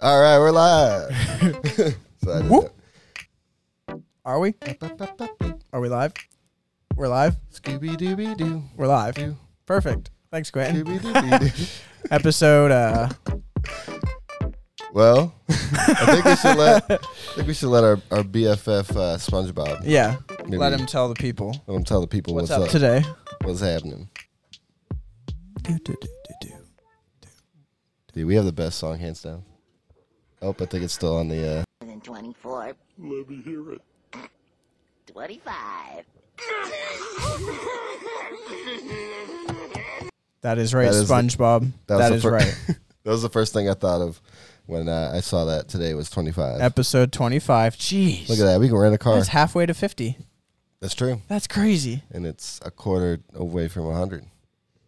All right, we're live. so I did Whoop. that. Are we? Are we live? We're live. Scooby Dooby Doo. We're live. Perfect. Thanks, Quentin. Scooby Dooby Doo. Episode. Uh, Well, I think we should let I think we should let our, our BFF uh, SpongeBob. yeah. Maybe- Let him tell the people Let him tell the people what's, what's, up, today. what's happening. Do, do, do, do, do. Dude, we have the best song hands down. Oh, I think it's still on the. Uh, than 24. Let me hear it. 25. That is right, That is the- SpongeBob. that the is fir- right. that was the first thing I thought of when uh, I saw that today was twenty five. Episode 25. Jeez. Look at that. We can rent a car. That's halfway to 50. That's true. That's crazy. And it's a quarter away from hundred.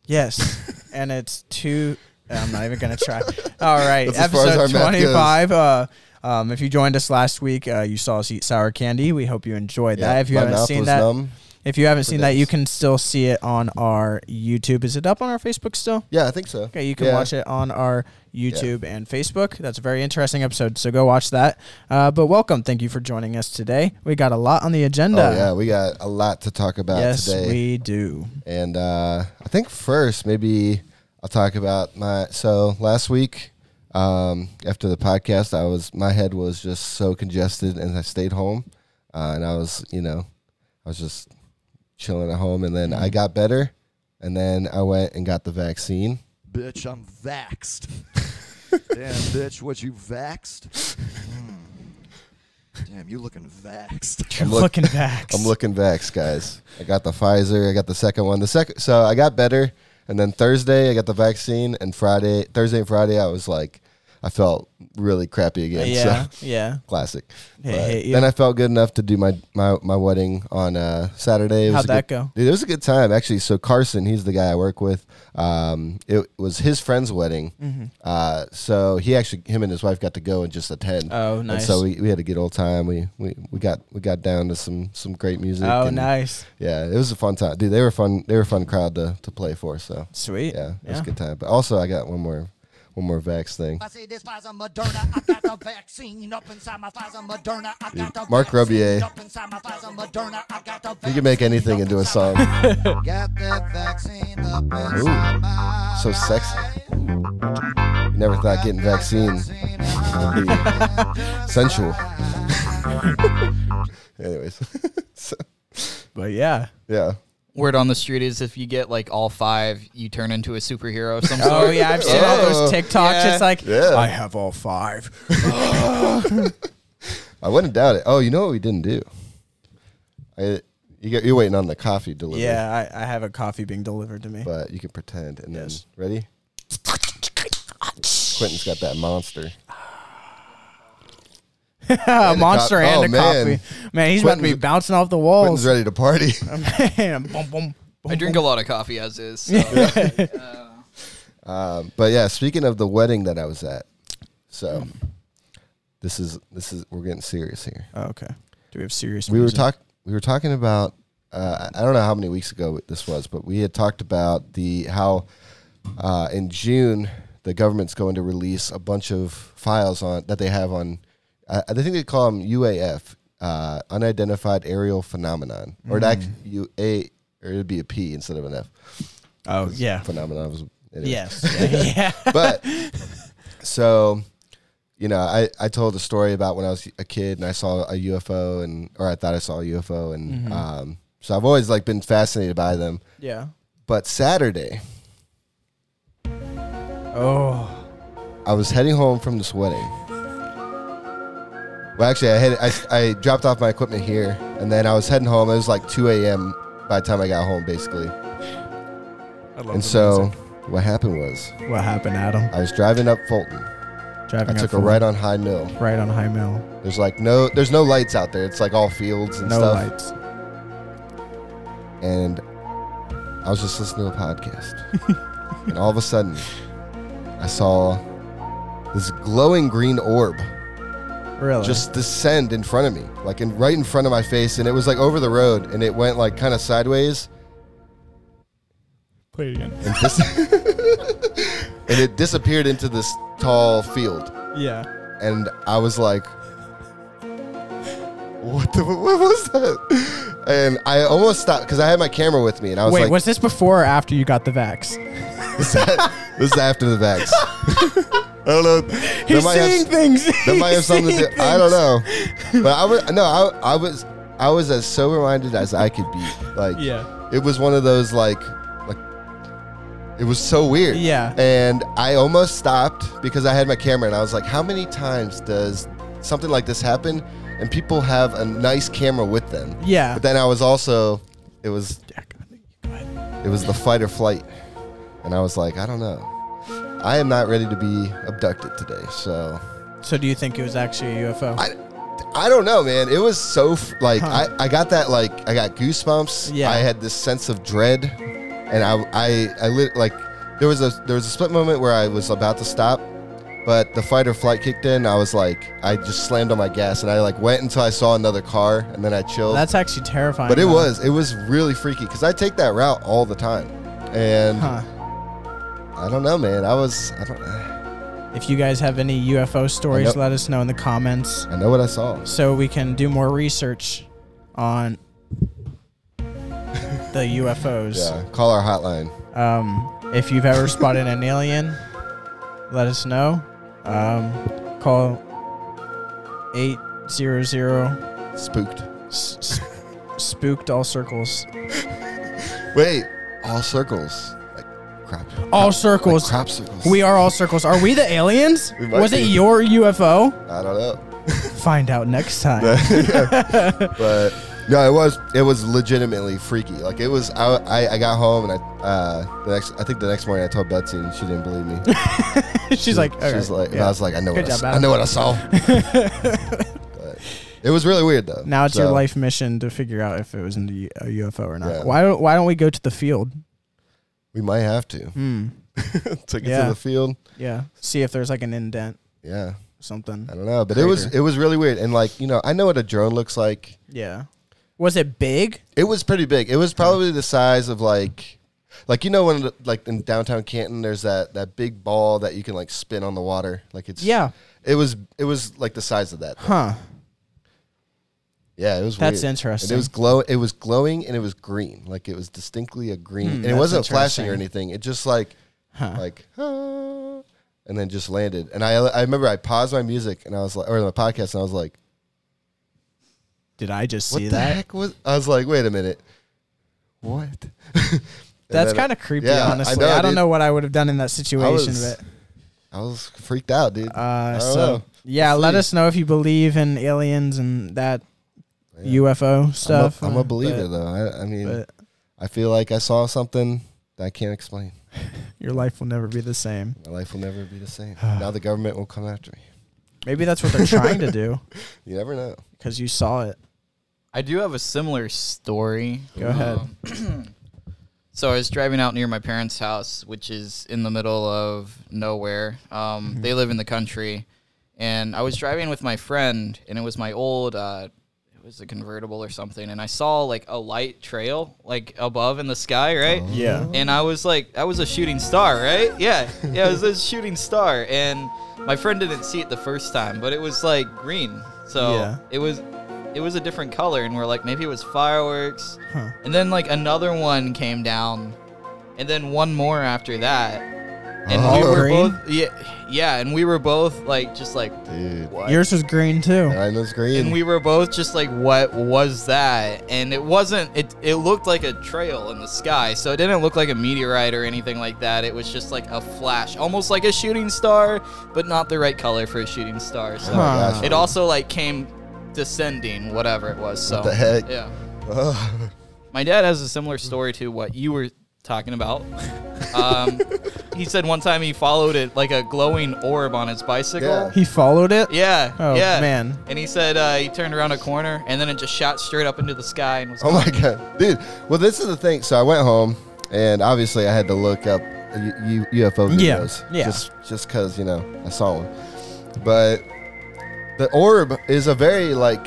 Yes. and it's two. I'm not even gonna try. All right, That's as far as episode our math goes. 25. Uh, um, if you joined us last week, uh, you saw us eat sour candy. We hope you enjoyed that. If you my haven't mouth seen was that, numb. If you haven't seen that, you days. can still see it on our YouTube. Is it up on our Facebook still? Yeah, I think so. Okay, you can Yeah. watch it on our YouTube and Facebook. That's a very interesting episode, so go watch that. Uh, but welcome. Thank you for joining us today. We got a lot on the agenda. Oh yeah, we got a lot to talk about yes, today, we do. and uh, I think first maybe I'll talk about my. So last week, um, after the podcast, I was my head was just so congested, and I stayed home, uh, and I was you know, I was just chilling at home, and then Mm-hmm. I got better, and then I went and got the vaccine. Bitch, I'm vaxxed. Damn, bitch, what you vaxxed? Mm. Damn, you looking vaxxed. You're look- looking back. I'm looking vax, guys. I got the Pfizer. I got the second one. The second, so I got better, and then Thursday I got the vaccine, and Friday, Thursday and Friday, I was like, I felt really crappy again. Yeah, So yeah. classic. Hey, But hey, Then you- I felt good enough to do my my, my wedding on uh, Saturday. It was How'd a that good- go? Dude, it was a good time actually. So Carson, he's the guy I work with. Um, it was his friend's wedding. Mm-hmm. Uh, so he actually, him and his wife got to go and just attend. Oh, And nice. so we, we had a good old time. We, we we got we got down to some some great music. Oh, and nice. Yeah, it was a fun time, dude. They were fun. They were a fun crowd to, to play for. So Sweet. yeah, it was a good time. But also, I got one more one more vax thing. I say this Pfizer Moderna, I got the vaccine up inside my Pfizer Moderna. I got the Mark vaccine Rubier. up inside my Pfizer Moderna. I got the You can make vaccine anything up into a inside my song. Got that vaccine up Ooh. inside my So sexy. life. You never thought getting vaccine Vaccine up would be just sensual. right. Anyways, so, But yeah. yeah. word on the street is if you get like all five, you turn into a superhero of some sort. Oh yeah, I've seen all Oh. those TikToks. Yeah. It's like Yeah. I have all five. I wouldn't doubt it. Oh, you know what we didn't do? I you get you're waiting on the coffee delivery. Yeah, I, I have a coffee being delivered to me. But you can pretend and Yes. then ready? Quentin's got that monster. Oh. a a monster cop- and oh, a man. coffee. Man, he's about to be Quentin's- bouncing off the Quentin's walls. ready to party. Man, boom, boom, boom. I drink a lot of coffee as is. So. um, but yeah, speaking of the wedding that I was at, so this is this is we're getting serious here. Oh, okay. Do we have serious? we were music? talk we were talking about uh, I I don't know how many weeks ago this was, but we had talked about the how uh, in June the government's going to release a bunch of files on that they have on uh, I I think they call them UAF uh, unidentified aerial phenomenon or it Mm. actually U A or it'd be a P instead of an F Oh yeah. phenomenon was anyway Yes. yeah. but so you know I, I told a story about when i was a kid and i saw a ufo and or i thought i saw a ufo and um, so i've always like been fascinated by them Yeah. but saturday Oh. i was heading home from this wedding well actually i had I, I dropped off my equipment here and then i was heading home it was like 2 a.m by the time i got home basically I love and so what happened was what happened, Adam? i was driving up fulton i Driving up took a from- right on high mill right on High Mill. There's like no there's no lights out there. It's like all fields and No stuff. lights. And I was just listening to a podcast. and all of a sudden I saw this glowing green orb Really? just descend in front of me, like in right in front of my face and it was like over the road and it went like kind of sideways play it again. and dis- and it disappeared into this tall field. Yeah. and I was like, "What the? What was that?" And I almost stopped because I had my camera with me, and I was Wait, like, was this before or after you got the vax? "This is a- this is after the vax." I don't know. That He's might have seeing s- things. that He's might have something to seeing do. I don't know. But I was no, I, I was I was as sober minded as I could be. Like Yeah. it was one of those like like it was so weird. Yeah. And I almost stopped because I had my camera and I was like, how many times does something like this happen? And people have a nice camera with them. Yeah. But then I was also it was it was the fight or flight. And I was like, I don't know. I am not ready to be abducted today. So things. So do you think it was actually a UFO? I, I don't know, man. It was so f- like Huh. I, I got that like I got goosebumps. Yeah. I had this sense of dread, and I I I lit, like there was a there was a split moment where I was about to stop, but the fight or flight kicked in. I was like I just slammed on my gas and I like went until I saw another car and then I chilled. That's actually terrifying. but it though. was it was really freaky because I take that route all the time, and Huh. I don't know, man. I was I don't If you guys have any UFO stories, Yep. let us know in the comments I know what I saw. so we can do more research on the UFOs. Yeah, call our hotline. Um, if you've ever spotted an alien, let us know. Um, call 800 Spooked. s- s- spooked all circles. Wait, all circles. Like crap. All Like circles. crap circles. We are all circles. Are we the aliens? We might Was it be. your UFO? I don't know. Find out next time. But no, it was it was legitimately freaky. Like it was I I, I got home and I uh the next I think the next morning I told Betsy and she didn't believe me. She's like, She "All was right, like and yeah." I was like I know Good what I, job, s- I Adam. know what I saw. But it was really weird though. Now it's your So, life mission to figure out if it was in the a UFO or not. Yeah. Why don't Why don't we go to the field? We might have to. Take it Hmm. Yeah. to the field. Yeah, see if there's like an indent, Yeah. something. I don't know. But it was Crater. it was really weird. And like, you know, I know what a drone looks like. Yeah, was it big? It was pretty big. It was probably the size of like, like you know when like in downtown Canton, there's that that big ball that you can like spin on the water. Like it's Yeah. It was it was like the size of that. Huh? Yeah, it was. That's weird. And interesting. it was glow. It was glowing and it was green. Like it was distinctly a green. and it Hmm, that's wasn't flashing or interesting. anything. It just like like. "Ah," and then just landed, and I I remember I paused my music and I was like, or my podcast, and I was like, Did I just "What see the that? heck was?" I was like, "Wait a minute, what?" That's then I- kind of creepy, Yeah, I honestly. know, I, don't dude. know what I would have done in that situation, was- but I was freaked out, dude. I Uh, don't so know. yeah, let see. us know if you believe in aliens and that UFO stuff. I'm a, I'm uh, a believer but though. I, I mean, but- I feel like I saw something that I can't explain. Your life will never be the same. My life will never be the same. now the government will come after me. Maybe that's what they're trying to do You never know. because you saw it. I do have a similar story. Go ahead. So I was driving out near my parents' house, which is in the middle of nowhere. Um, Mm-hmm. They live in the country, and I was driving with my friend, and it was my old, uh, it was a convertible or something, and I saw like a light trail like above in the sky, right? Yeah. And I was like, that was a shooting star, right? Yeah, yeah, it was a shooting star, and my friend didn't see it the first time, but it was like green, so Yeah. it was, it was a different color, and we're like, maybe it was fireworks. Huh. And then like another one came down, and then one more after that. And Oh. we All were green? both yeah, yeah, and we were both like just like Dude. what? Yours was green too. I know it's green. and we were both just like what was that? And it wasn't it it looked like a trail in the sky. So it didn't look like a meteorite or anything like that. It was just like a flash, almost like a shooting star, but not the right color for a shooting star. So oh my gosh. it also like came descending whatever it was. So What the heck? Yeah. Ugh. My dad has a similar story to what you were talking about. Um, he said one time he followed it like a glowing orb on his bicycle. He followed it. Yeah. Oh, yeah. man. And he said uh, he turned around a corner and then it just shot straight up into the sky and was. Oh my god, dude. Well, this is the thing. So I went home, and obviously I had to look up U- U- UFO Yeah, videos. yeah. Just just because you know I saw one, but the orb is a very like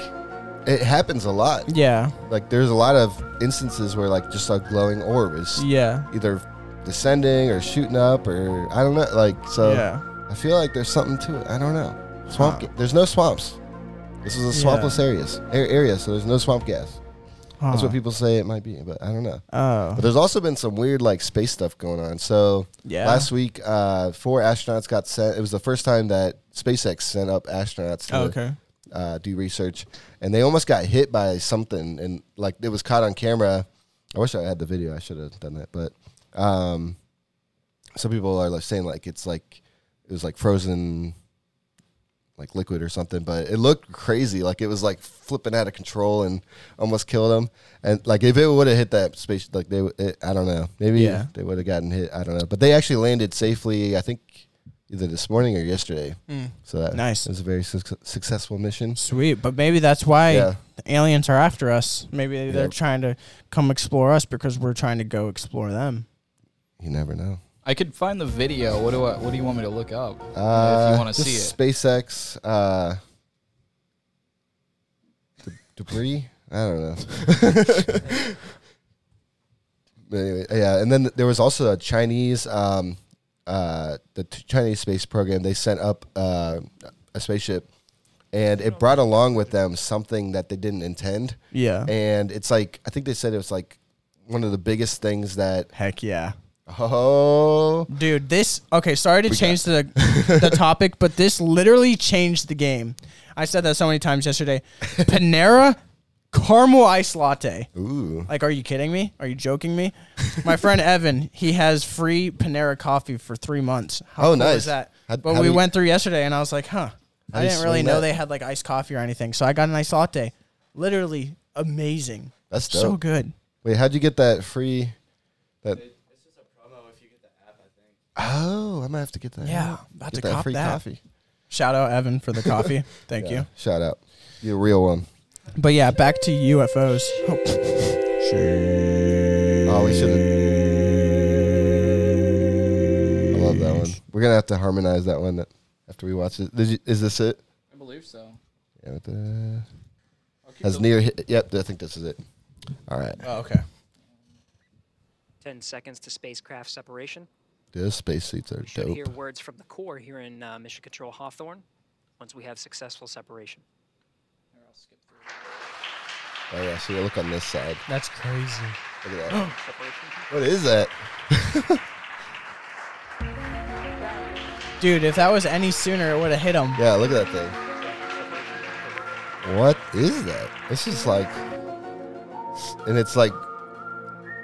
it happens a lot. Yeah. Like there's a lot of instances where like just a glowing orb is Yeah. either descending or shooting up or I don't know. Like so, Yeah. Oh. I feel like there's something to it. I don't know. Swamp. ga- there's no swamps. This is a Yeah. swampless areas a- area, so there's no swamp gas. That's Huh. what people say it might be, but I don't know. Oh. But there's also been some weird like space stuff going on. So Yeah. last week, uh, four astronauts got sent. It was the first time that SpaceX sent up astronauts to Oh, okay. uh, do research, and they almost got hit by something, and like it was caught on camera. I wish I had the video. I should have done that, but um, some people are like saying like it's like it was like frozen, like liquid or something. But it looked crazy. Like it was like flipping out of control and almost killed them. And like if it would have hit that space, like they, w- it, I don't know, maybe Yeah. they would have gotten hit. I don't know. But they actually landed safely. I think either this morning or yesterday. So that Nice. It was a very suc- successful mission. Sweet, but maybe that's why Yeah. the aliens are after us. Maybe they're Yeah. trying to come explore us because we're trying to go explore them. You never know. I could find the video. What do I? What do you want me to look up? Uh, if you want to just see it. SpaceX uh, d- debris. I don't know. but anyway, yeah, and then there was also a Chinese, um, uh, the t- Chinese space program. They sent up uh, a spaceship, and it brought along with them something that they didn't intend. Yeah. And it's like I think they said it was like one of the biggest things that Heck yeah. oh Dude, this okay, sorry to change the the topic, but this literally changed the game. I said that so many times yesterday. Panera caramel ice latte. ooh Like, are you kidding me? Are you joking me? My friend Evan, he has free Panera coffee for three months. How Oh, cool nice. Is that? How- but how we do you- went through yesterday, and I was like, huh. do I you didn't really swing know that? they had like iced coffee or anything, so I got an iced latte. Literally amazing. that's dope. So good. Wait, how'd you get that free? That oh, I might have to get that. Yeah, app. about get to cop free that. coffee. Shout out Evan for the coffee. Thank you. Shout out, you a real one. But yeah, back to UFOs. Oh. Oh, we should. have I love that one. We're gonna have to harmonize that one after we watch it. Did you, is this it? I believe so. Yeah, with the- Has near. Hit, yep, I think this is it. All right, Oh, okay. 10 seconds to spacecraft separation. those spacesuits are Should dope. hear words from the core here in uh, Mission Control Hawthorne once we have successful separation. Oh yeah, see, look on this side. That's crazy. Look at that. Separation. what is that? Dude, if that was any sooner, it would have hit him. Yeah, look at that thing. What is that? It's just like, and it's like,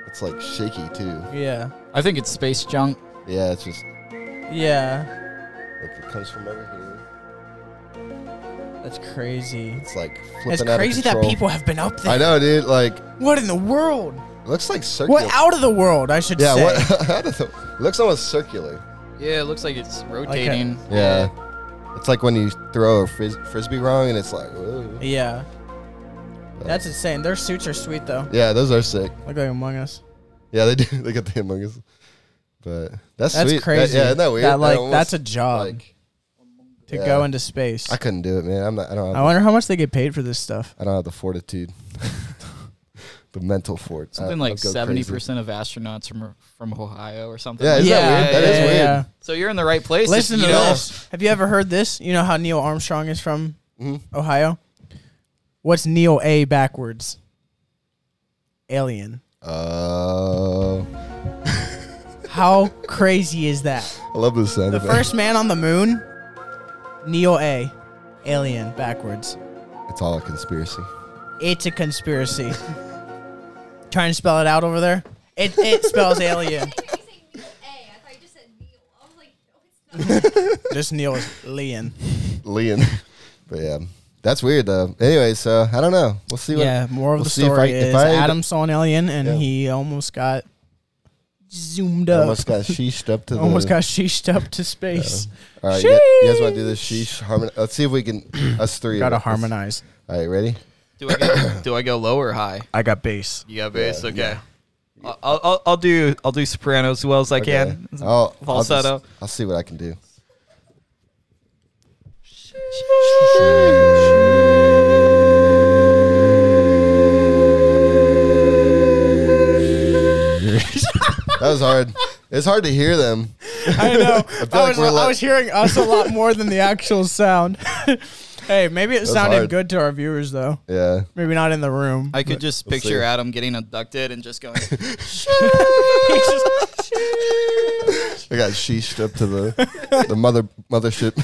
it's like shaky too. Yeah. I think it's space junk. Yeah, it's just Yeah. like it comes from over here. That's crazy. It's like flipping It's out crazy of control. that people have been up I there. know, dude. Like, What in the world? looks like circular. What out of the world, I should yeah, say. what? I don't know. looks almost circular. Yeah, it looks like it's rotating. Yeah, it's like when you throw a fris- frisbee wrong, and it's like, whoa. Yeah. Oh. That's insane. Their suits are sweet though. Yeah, those are sick. Look like Among Us. Yeah, they do. They got the Among Us. But that's That's sweet. That- crazy. yeah, isn't that weird? That, like, almost, that's a job. like, To Yeah. go into space. I I, couldn't do it, man. I'm not. I don't. Have, wonder how much they get paid for this stuff. I don't have the fortitude, the mental fort. Something like seventy percent of astronauts from from Ohio or something. Yeah, like is that. that weird? That is weird. So you're in the right place. if Listen you to know- this. Have you ever heard this? You know how Neil Armstrong is from Mm-hmm. Ohio? What's Neil A backwards? Alien. Oh, How crazy is that? I love this sound. The effect. first man on the moon, Neil A. Alien backwards. It's all a conspiracy. It's a conspiracy. Trying to spell it out over there? It, it spells alien. This Neil is Leon. Leon, but yeah, that's weird though. Anyway, so I don't know. We'll see. What, Yeah, more of we'll the see if story I- if is I- Adam saw an alien and Yeah. he almost got zoomed up. Almost got sheeshed up to the. Almost got sheeshed up to space. All right, you guys, you guys want to do this sheesh? Harmon- Let's see if we can. Us three. Gotta of us. harmonize. All right, ready? Do I go, do I go low or high? I got bass. You got bass. okay. I'll, I'll I'll do I'll do soprano as well as I can. Okay. I'll, I'll, Falsetto. just- I'll see what I can do. that was hard. It's hard to hear them. I know. I, like was, we're I like- was hearing us a lot more than the actual sound. hey, maybe it sounded hard. good to our viewers though. Yeah. Maybe not in the room. I could just We'll see. picture Adam getting abducted and just going. I got sheeshed up to the the mother mothership.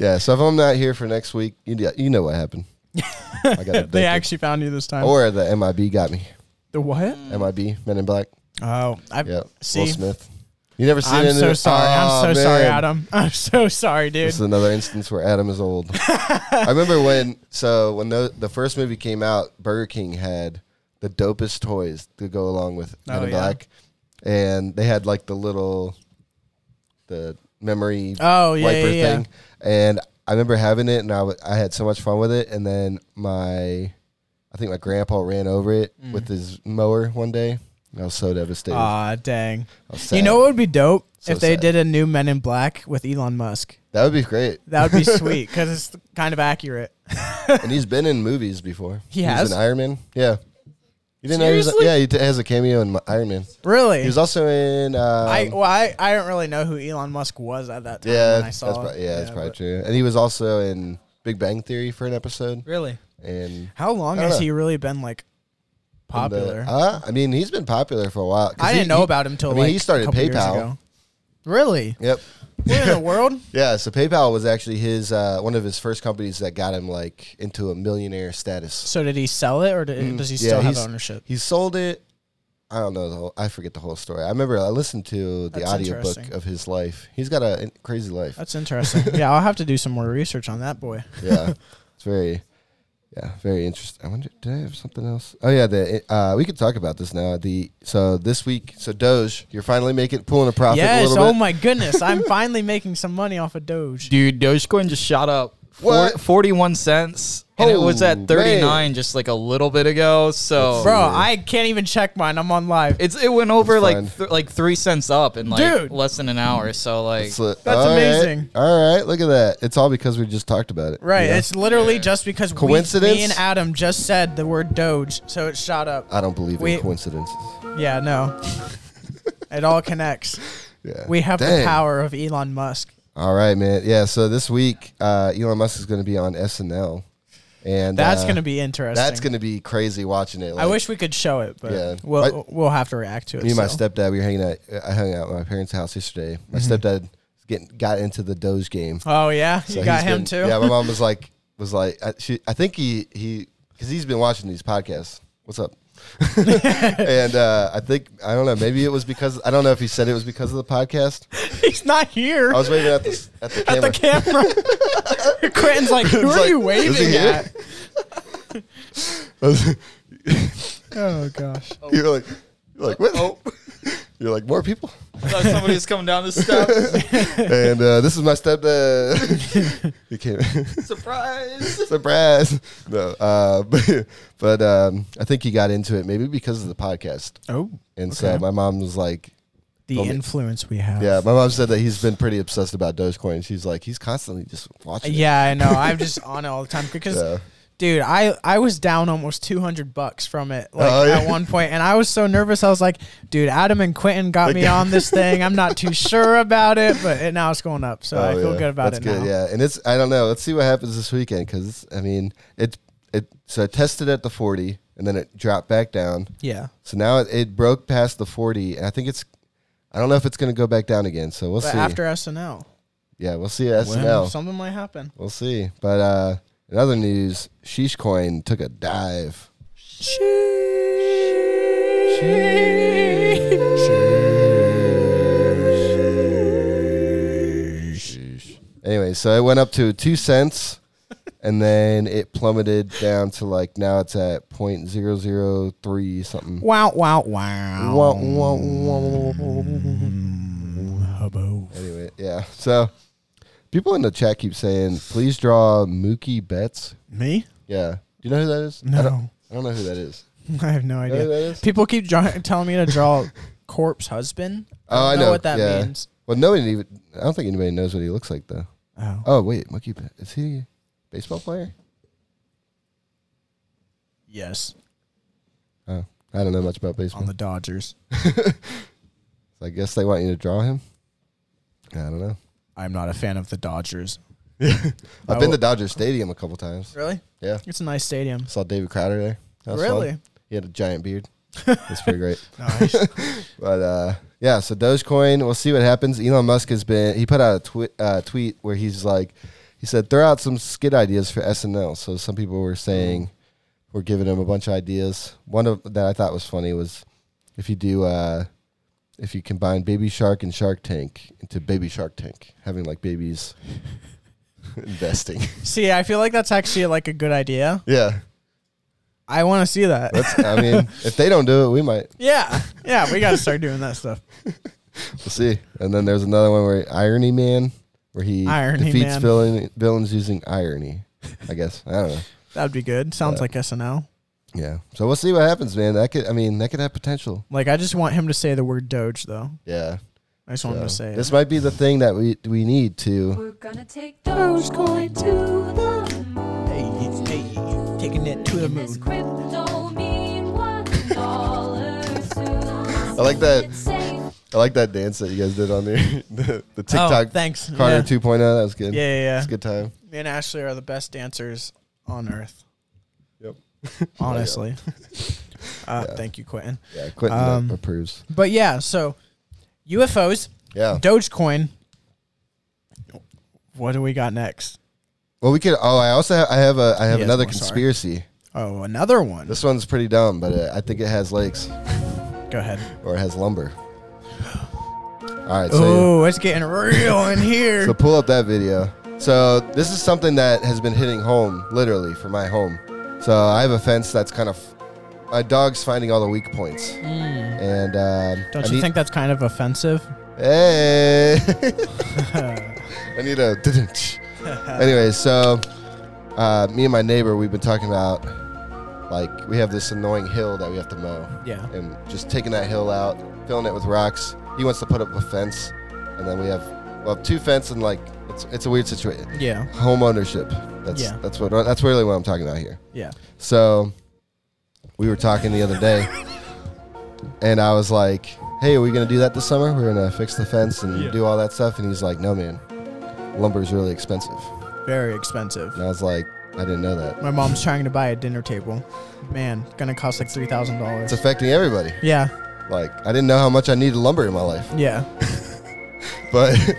yeah. So if I'm not here for next week, you d- you know what happened. I got they abducted. actually found you this time. or the MIB got me. the what? MIB Men in Black. Oh, I Yeah. Will see. Smith. You never seen I'm it? so sorry. Oh, I'm so sorry, man. Adam. I'm so sorry, dude. This is another instance where Adam is old. I remember when so when the, the first movie came out, Burger King had the dopest toys to go along with Men Oh, in yeah. Black, and they had like the little the memory Oh, yeah, wiper yeah, yeah. thing, and I remember having it, and I w- I had so much fun with it, and then my I think my grandpa ran over it with his mower one day. and I was so devastated. Mm. Aw, dang. I was You sad. know what would be dope So if they sad. did a new Men in Black with Elon Musk. that would be great. That would be sweet because it's kind of accurate. and he's been in movies before. He He was has? in Iron Man. Yeah. You didn't know Seriously? he was, yeah, he t- has a cameo in Mi- Iron Man. Really? He was also in um, I well, I, I don't really know who Elon Musk was at that time. yeah, when I that's saw prob- it. yeah, that's probably but- true. And he was also in Big Bang Theory for an episode. Really? And How long I don't has know. he really been like popular? And the- uh, I mean, he's been popular for a while. 'cause I he- didn't know he- about him till I mean, like he started a couple years PayPal. ago. Really? Yep. What in the world? Yeah, so PayPal was actually his uh, one of his first companies that got him like into a millionaire status. So did he sell it, or did, does he Mm, Yeah, still have he's- ownership? He sold it. I don't know the whole. I forget the whole story. I remember I listened to the That's audiobook interesting. of his life. He's got a in- crazy life. That's interesting. yeah, I'll have to do some more research on that boy. yeah, it's very, yeah, very interesting. I wonder, did I have something else? Oh yeah, the uh, we could talk about this now. The so this week, so Doge, you're finally making pulling a profit a yes. little Oh bit. my goodness, I'm finally making some money off of Doge. Dude, Dogecoin just shot up four, What? 41 cents. And it was Oh, at 39 just like a little bit ago. So Bro, I can't even check mine. I'm on live. it's it went over That's like fine. th- like 3 cents up in like Dude. less than an hour. So like So- That's all right, amazing. all right, look at that. It's all because we just talked about it. Right. you know? It's literally just because we- Coincidence? me and Adam just said the word Doge, so it shot up. I don't believe we- in coincidences. Yeah, no. it all connects. Yeah. We have the Dang. power of Elon Musk. All right, man. Yeah. So this week, uh, Elon Musk is going to be on SNL, and That's uh, going to be interesting. that's going to be crazy watching it. I like, wish we could show it, but Yeah. we'll we'll have to react to it. Me and my so. Mm-hmm. stepdad, we were hanging out. uh, I hung out at my parents' house yesterday. My stepdad getting got into the Doge game. Oh yeah, you So got he's him been- too. Yeah, my mom was like, was like, I, she, I think he he because he's been watching these podcasts. What's up? and uh, I think I don't know. Maybe it was because I don't know if he said it was because of the podcast. He's not here I was waving at the at the at camera. the camera. Quentin's like, who It's are like, you "Is he waving here?" at? Oh gosh. you're like, you're like what? You're like more people. thought somebody was coming down the steps. and uh, this is my stepdad. he came. Surprise. surprise no uh but, but um i think he got into it maybe because of the podcast Oh, and so my mom was like the Told me- influence we have. yeah my mom said that he's been pretty obsessed about dogecoin she's like he's constantly just watching it. Yeah, I know. I'm just on it all the time because, Yeah. dude, I I was down almost 200 bucks from it like Oh, yeah. at one point, and I was so nervous. I was like, dude, Adam and Quentin got me on this thing. I'm not too sure about it, but it, now it's going up, so I Oh, feel yeah. good about That's it good, now. yeah and it's i don't know let's see what happens this weekend because i mean it it so it tested at the 40 and then it dropped back down Yeah. so now it, it broke past the 40 and i think it's i don't know if it's going to go back down again so we'll But see after SNL, yeah we'll see at when snl something might happen. We'll see. But uh, in other news, Sheesh Coin took a dive. Anyway, so it went up to two cents, and then it plummeted down to like now it's at point zero zero three something. Wow! Wow! Wow! Wah, wah, wah, wah, wah, wah. Hubbo. Anyway, yeah. So people in the chat keep saying, "Please draw Mookie Betts." Me? Yeah. Do you know who that is? I don't, No, I don't know who that is. I have no You know who idea. that is? People keep draw- telling me to draw corpse husband. Oh, I don't know, what that yeah. means. Well, nobody even. I don't think anybody knows what he looks like though. Oh. Oh wait, Mookie Betts is he a baseball player? Yes, Oh, I don't know much about on baseball. the Dodgers. So I guess they want you to draw him. I don't know. I'm not a fan of the Dodgers. I've been to Dodger Stadium a couple times. Really? Yeah, It's a nice stadium. saw David Crowder there. That was Really? fun. He had a giant beard. That's pretty great. Nice. But uh, yeah, so Dogecoin, we'll see what happens. Elon Musk has been he put out a twi- uh, tweet where he's like, he said throw out some skit ideas for SNL. So some people were saying, were giving him a bunch of ideas. One of that I thought was funny was if you do uh, if you combine Baby Shark and Shark Tank into Baby Shark Tank, having like babies investing. see, I feel like that's actually like a good idea. Yeah, I want to see that. that's. I mean, if they don't do it, we might. yeah, yeah, we got to start doing that stuff. We'll see. And then there's another one where Irony Man, where he Irony defeats Man. villain, villains using irony. I guess I don't know. That'd be good. Sounds like SNL. Yeah. So we'll see what happens, man. That could. I mean, that could have potential. Like, I just want him to say the word Doge, though. Yeah. I just want him to So say it. this might be the thing that we we need to. We're gonna take Dogecoin to the moon. Hey, hey, taking it to the This moon. crypto mean one dollar soon. I like that. It's safe. I like that dance that you guys did on there. the, the TikTok. thanks. Carter Oh, Yeah. 2.0. That was good. Yeah, yeah, yeah. It's a good time. Me and Ashley are the best dancers on earth. Yep. Honestly. Uh, Thank you, Quentin. Yeah. Quentin Um, approves. But yeah, so UFOs, Yeah. Dogecoin. What do we got next? Well, we could. Oh, I also have, I have a I have Yes, another more, sorry. conspiracy. Oh, another one. This one's pretty dumb, but uh, I think it has legs. Go ahead. or it has lumber. All right, so, Oh, it's getting real in here. so pull up that video. So this is something that has been hitting home, literally, for my home. So I have a fence that's kind of my dog's finding all the weak points, and um, Mm. Don't I you need- think that's kind of offensive? Hey, I need a. anyway, so uh, me and my neighbor, we've been talking about like we have this annoying hill that we have to mow. Yeah. and just taking that hill out, filling it with rocks. He wants to put up a fence, and then we have well two fence and like it's it's a weird situation. Yeah. Home ownership. That's Yeah. that's what that's really what I'm talking about here. Yeah. So we were talking the other day, and I was like, "Hey, are we gonna do that this summer? We're gonna fix the fence and do all that stuff." And he's like, "No, man, lumber's really expensive." Very expensive. And I was like, "I didn't know that. My mom's trying to buy a dinner table. Man, gonna cost like three thousand It's dollars. affecting everybody. Yeah, Like, I didn't know how much I needed lumber in my life, yeah. but."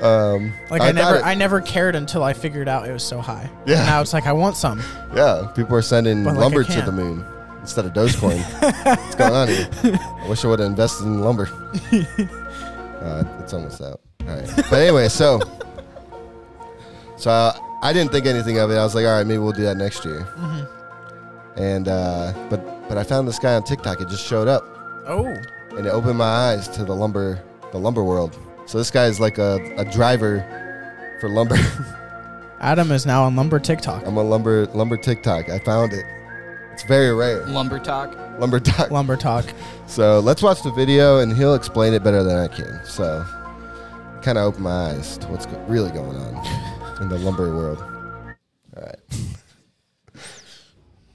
Um, Like I, thought never, it- I never cared until I figured out it was so high. Yeah. Now it's like I want some. Yeah, people are sending But, like, I lumber to can't. the moon instead of Dogecoin. What's going on here? I wish I would have invested in lumber. uh, it's almost out. All right. But anyway, so so uh, I didn't think anything of it. I was like, all right, maybe we'll do that next year. Mm-hmm. And uh, but but I found this guy on TikTok. It just showed up Oh. and it opened my eyes to the lumber the lumber world. So this guy is like a, a driver for lumber. Adam is now on lumber TikTok. I'm a lumber lumber TikTok. I found it. It's very rare. Lumber talk. Lumber Doc. Lumber talk. So let's watch the video, and he'll explain it better than I can. So, kind of open my eyes to what's go- really going on in the lumber world. All right.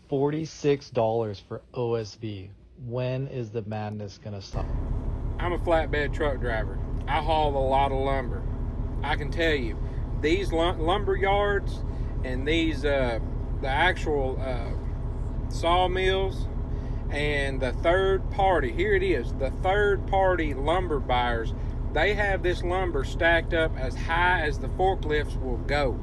$46 for OSB. When is the madness going to stop? I'm a flatbed truck driver. I haul a lot of lumber. I can tell you, these lum- lumber yards and these uh, the actual uh, sawmills and the third party here it is the third party lumber buyers they have this lumber stacked up as high as the forklifts will go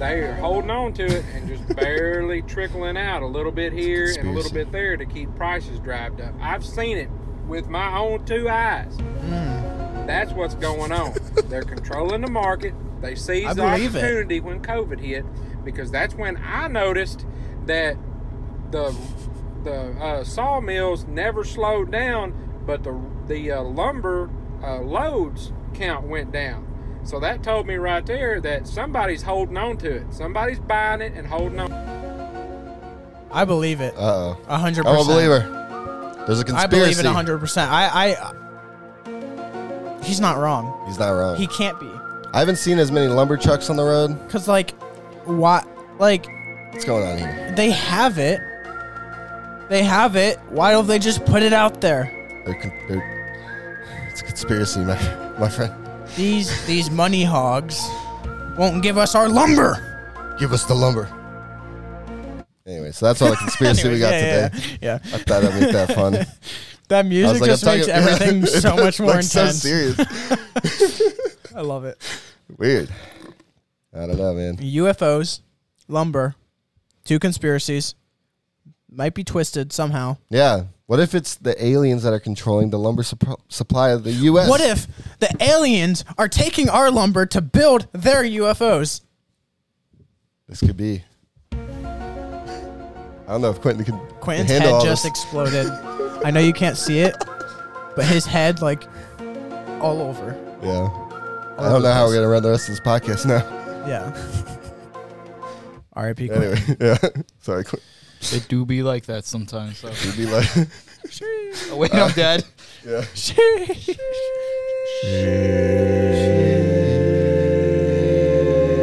they are holding on to it and just barely trickling out a little bit here and a little Conspiracy. bit there to keep prices drived up i've seen it with my own two eyes Mm. that's what's going on. They're controlling the market. They I seized the believe it. opportunity when COVID hit because that's when I noticed that the the uh, sawmills never slowed down, but the the uh, lumber uh, loads count went down. So that told me right there that somebody's holding on to it. Somebody's buying it and holding on. I believe it. Uh oh. A hundred I'm a percent. believer. There's a I conspiracy. believe it a hundred percent. I, I. He's not wrong. He's not wrong. He can't be. I haven't seen as many lumber trucks on the road. Cause like, why? Like What's going on here? they have it. They have it. Why don't they just put it out there? They're con- they're- it's a conspiracy, my my friend. These these money hogs won't give us our lumber. Give us the lumber. Anyway, so that's all the conspiracy we got yeah, today. Yeah, yeah. I thought I'd make that fun. that I music just I'm makes talking- everything so much more like, intense. So serious. I love it. Weird. I don't know, man. UFOs, lumber, two conspiracies, might be twisted somehow. Yeah. What if it's the aliens that are controlling the lumber supp- supply of the U.S.? What if the aliens are taking our lumber to build their UFOs? this could be? I don't know if Quentin can Quentin's handle head all just this. exploded. I know you can't see it, but his head like all over. yeah. I don't know how we're gonna run the rest of this podcast now. Yeah. R.I.P. Quentin. Anyway, yeah. Sorry, Quentin. They do be like that sometimes. So. You'd be like, Oh, wait, Uh, I'm dead.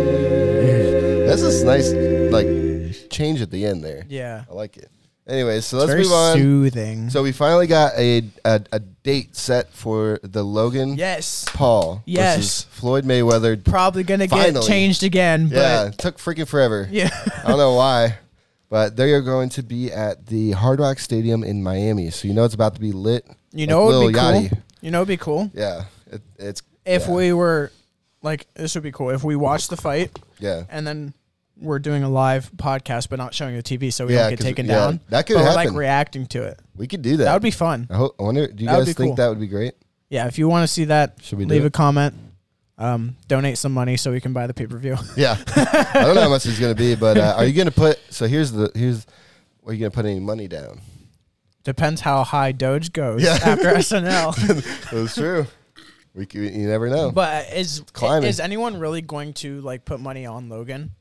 that's this nice like change at the end there. yeah. I like it. Anyway, so let's Very move on. soothing. So we finally got a, a a date set for the Logan yes. Paul Yes. versus Floyd Mayweather. Probably gonna get Finally. changed again, Yeah, but it took freaking forever. yeah. I don't know why, but they are going to be at the Hard Rock Stadium in Miami, so you know it's about to be lit. You like know it would be Lil cool. Yachty. You know it'd be cool Yeah, it, it's if yeah, we were like this would be cool if we watched the fight yeah. and then we're doing a live podcast but not showing the TV so we Yeah, don't get 'cause- taken yeah, down. that could but We're happen. like reacting to it. we could do that. That would be fun. I, hope, I wonder. Do you that would guys be think cool. that would be great? Yeah, if you want to see that, Should we do leave a it? comment. Um, donate some money so we can buy the pay per view. Yeah, I don't know how much it's gonna be, but uh, are you gonna put? So here's the here's. Are you gonna put any money down? Depends how high Doge goes Yeah. after SNL. That's true. We c you never know. but is climbing. is anyone really going to like put money on Logan?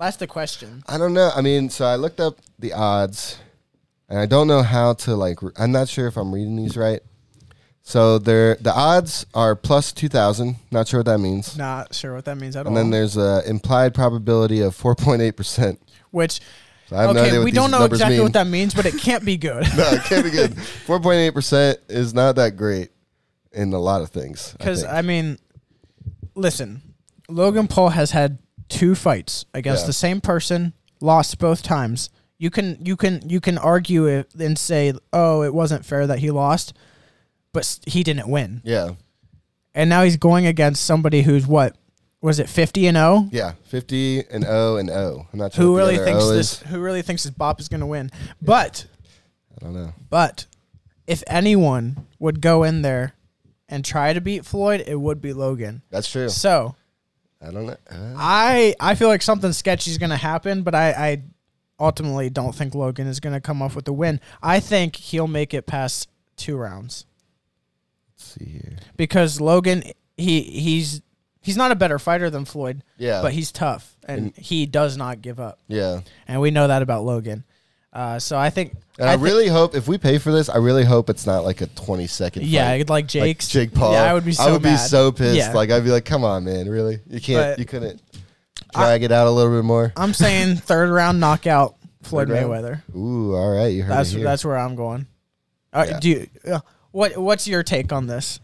That's the question. I don't know. I mean, so I looked up the odds, and I don't know how to like. re- I'm not sure if I'm reading these right. So they're the odds are plus two thousand. Not sure what that means. Not sure what that means at And all. then there's a implied probability of four point eight percent. Which So I have no okay, idea what we these don't know numbers exactly mean. what that means, but it can't be good. no, it can't be good. Four point eight percent is not that great in a lot of things. I Because think. I, mean, listen, Logan Paul has had two fights against Yeah. the same person, lost both times. You can you can you can argue it and say, oh, it wasn't fair that he lost, but s- he didn't win, yeah, and now he's going against somebody who's what was it fifty and zero? yeah, fifty and O and O. I'm not sure Who what the really other thinks O this? oh is. Who really thinks this Bop is going to win? But I don't know. But if anyone would go in there and try to beat Floyd, it would be Logan. That's true. So I don't know. Uh, I I feel like something sketchy is going to happen, but I, I ultimately don't think Logan is going to come off with the win. I think he'll make it past two rounds let's see here. because Logan he he's he's not a better fighter than Floyd, Yeah, but he's tough and he does not give up, yeah. and we know that about Logan. Uh, so I think And I, I thi- really hope if we pay for this, I really hope it's not like a twenty second. Yeah, fight. like, Jake's. Jake Paul. Yeah, I would be so I would mad. be so pissed. Yeah. Like I'd be like, come on, man, really? You can't. But- you couldn't drag it out a little bit more. I'm saying third round knockout Floyd Third round? Mayweather. Ooh, all right, you heard That's it here. that's where I'm going. Uh, Yeah. Do you, uh, what what's your take on this?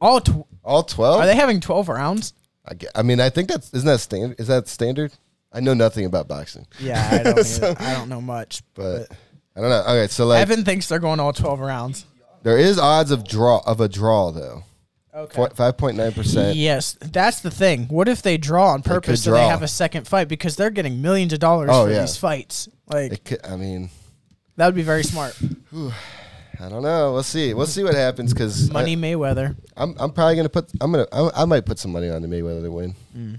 All tw- all twelve. are they having 12 rounds? I, ge- I mean, I think that's isn't that standard? Is that standard? I know nothing about boxing, Yeah, I don't either. I don't know much. but I don't know. Okay, so like Evan thinks they're going all 12 rounds. there is odds of draw of a draw though. Okay. Five point nine percent. Yes, that's the thing. What if they draw on purpose so they draw. have a second fight because they're getting millions of dollars Oh, for yeah. these fights? Like It could, I mean, that would be very smart. I don't know. We'll see. We'll see what happens because Money Mayweather. I'm I'm probably gonna put I'm gonna I, I might put some money on the Mayweather to win, Mm.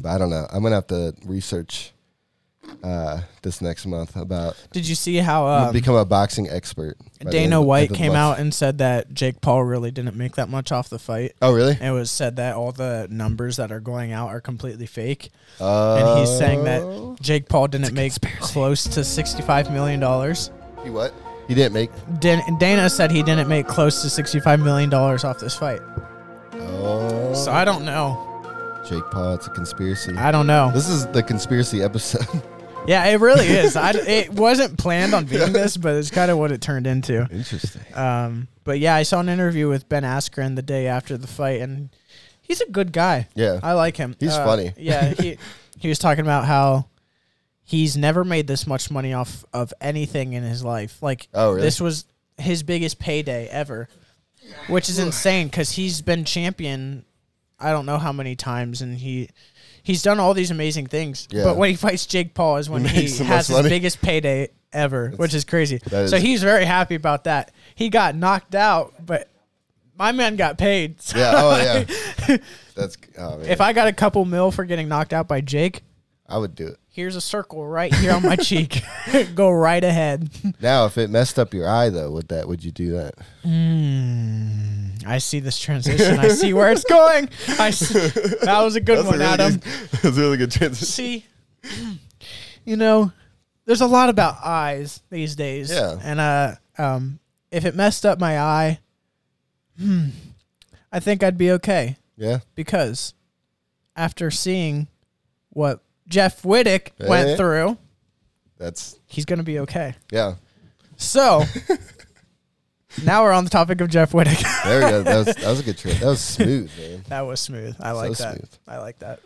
but I don't know. I'm gonna have to research uh, this next month about Did you see how I'm um, gonna become a boxing expert. by the end Dana of- by White the came month. out and said that Jake Paul really didn't make that much off the fight. Oh really? It was said that all the numbers that are going out are completely fake, Uh, and he's saying Oh. that Jake Paul didn't make close to sixty-five million dollars. he what? He didn't make. Dan- Dana said he didn't make close to sixty-five million dollars off this fight. Oh, So I don't know. Jake Paul. It's a conspiracy. I don't know. this is the conspiracy episode. Yeah, it really is. I, it wasn't planned on being this, but it's kind of what it turned into. Interesting. Um, but yeah, I saw an interview with Ben Askren the day after the fight, and he's a good guy. Yeah. I like him. Uh, He's funny. Yeah, he he was talking about how he's never made this much money off of anything in his life. Like, Oh, really? this was his biggest payday ever, which is insane because he's been champion. I don't know how many times, and he. He's done all these amazing things, Yeah. but when he fights Jake Paul is when he makes the has most his money. biggest payday ever, which is crazy. that so is- he's very happy about that. He got knocked out, but my man got paid. So Yeah. Oh yeah. That's. Oh, man. if I got a couple mil for getting knocked out by Jake, I would do it here's a circle right here on my cheek. Go right ahead. now, if it messed up your eye though, would that? Would you do that? I see this transition. I see where it's going. I see. That was a good one, Adam. that's a really good chance. See, you know, there's a lot about eyes these days. Yeah. And uh, um, if it messed up my eye, hmm, I think I'd be okay Yeah. because after seeing what Jeff Wittick Yeah. went through, That's. he's gonna be okay. Yeah. So. Now we're on the topic of Jeff Wittick. There we go. That was, that was a good trip. That was smooth, man. that was smooth. I like that. smooth. I like that.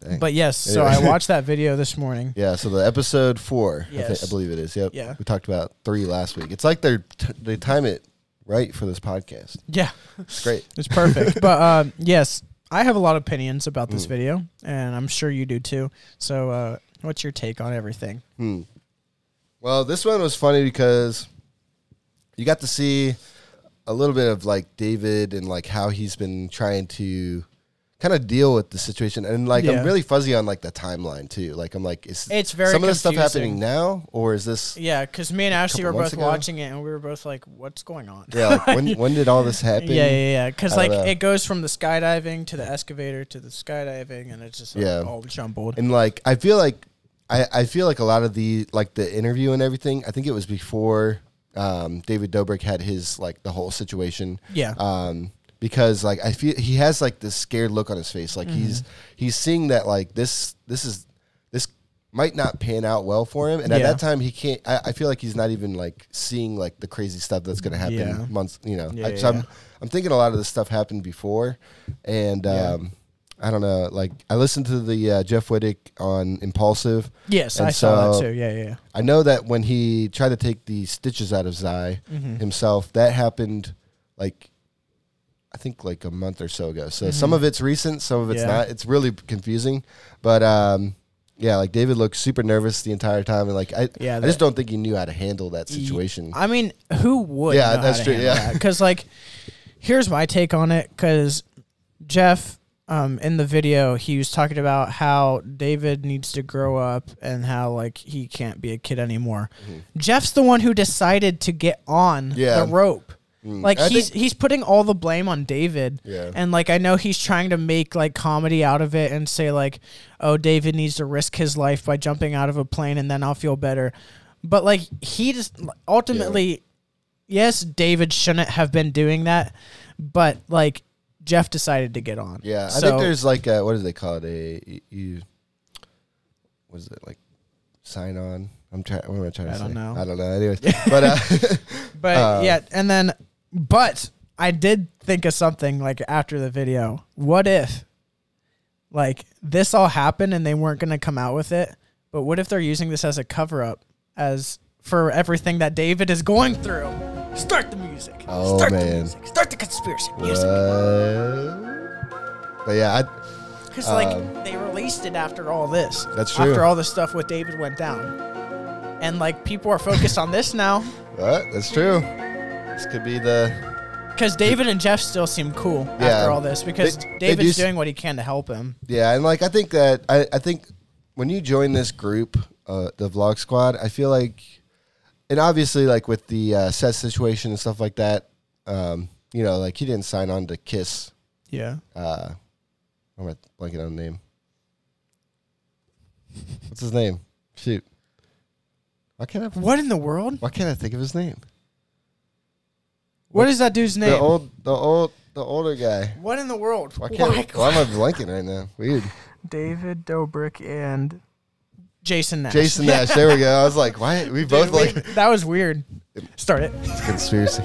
Dang. But yes, so I Anyway. watched that video this morning. Yeah, so the episode four, I, think, Yes. I believe it is. Yep. Yeah. We talked about three last week. It's like they're t- they time it right for this podcast. Yeah. It's great. It's perfect. but um, yes, I have a lot of opinions about Mm. this video, and I'm sure you do too. So, uh, what's your take on everything? Well, this one was funny because you got to see a little bit of like David and like how he's been trying to kind of deal with the situation. And like Yeah. I'm really fuzzy on like the timeline too. Like I'm like, is It's very some of this stuff confusing. happening now or is this Yeah, because me and Ashley were couple months both ago? watching it, and we were both like, "What's going on?" yeah, like when when did all this happen? yeah, yeah, yeah. Because I don't like know. it goes from the skydiving to the excavator to the skydiving, and it's just like, Yeah. all jumbled. and like I feel like I, I feel like a lot of the like the interview and everything. I think it was before um, David Dobrik had his like the whole situation. Yeah. Um, because like I feel he has like this scared look on his face. Like he's Mm-hmm. he's seeing that like this this is this might not pan out well for him. And at Yeah. that time he can't. I, I feel like he's not even like seeing like the crazy stuff that's gonna happen Yeah. months. You know. Yeah, I, yeah, so I'm yeah. I'm thinking a lot of this stuff happened before, and um, I don't know. Like I listened to the uh, Jeff Whittick on Impulsive. yes, and I saw so- that too. Yeah, yeah, yeah. I know that when he tried to take the stitches out of Zai Mm-hmm. himself, that happened like I think like a month or so ago. So some of it's recent, some of it's Mm-hmm. Yeah. not. It's really confusing, but um, yeah, like David looked super nervous the entire time, and like I, Yeah, I just that- don't think he knew how to handle that situation. I mean, who would? Yeah, that's true, yeah. because like, here's my take on it. Because Jeff, um, in the video, he was talking about how David needs to grow up and how like he can't be a kid anymore. Jeff's the one who decided to get on Mm-hmm. Yeah. Mm. the rope. Like I he's think- he's putting all the blame on David, Yeah. and like I know he's trying to make like comedy out of it and say like, oh David needs to risk his life by jumping out of a plane and then I'll feel better, but like he just ultimately, yes David shouldn't have been doing that, but like Jeff decided to get on. yeah, I So- think there's like a, what do they call it? A you- you, what is it like? Sign on. I'm trying. What am I trying to I say? don't know. I don't know. Anyways, but uh, But Uh, yeah, and then but I did think of something like after the video. What if like this all happened and they weren't going to come out with it? But what if they're using this as a cover up as for everything that David is going through? Start the music. Oh, Start the man. music. Start the conspiracy music. What? But yeah, I, Because like they released it after all this. Um, That's true. After all the stuff with David went down. And like people are focused on this now what? that's true. This could be the Because David and Jeff still seem cool Yeah. after all this because They- they do David's s- doing what he can to help him. yeah, and like I think that I, I think when you join this group, uh, the Vlog Squad, I feel like, and obviously like with the uh, set situation and stuff like that, um, you know, like he didn't sign on to Kiss. Yeah. Uh, I'm blanking on the name. What's his name? Shoot. Why can't I? What in the world? Why can't I think of his name? What is that dude's name? The old, the old, the older guy. what in the world? Why can't? Why am I blanking right now? Weird. David Dobrik and Jason Nash. Jason Nash. There we go. I was like, why? We both like that was weird. Start it. it's conspiracy.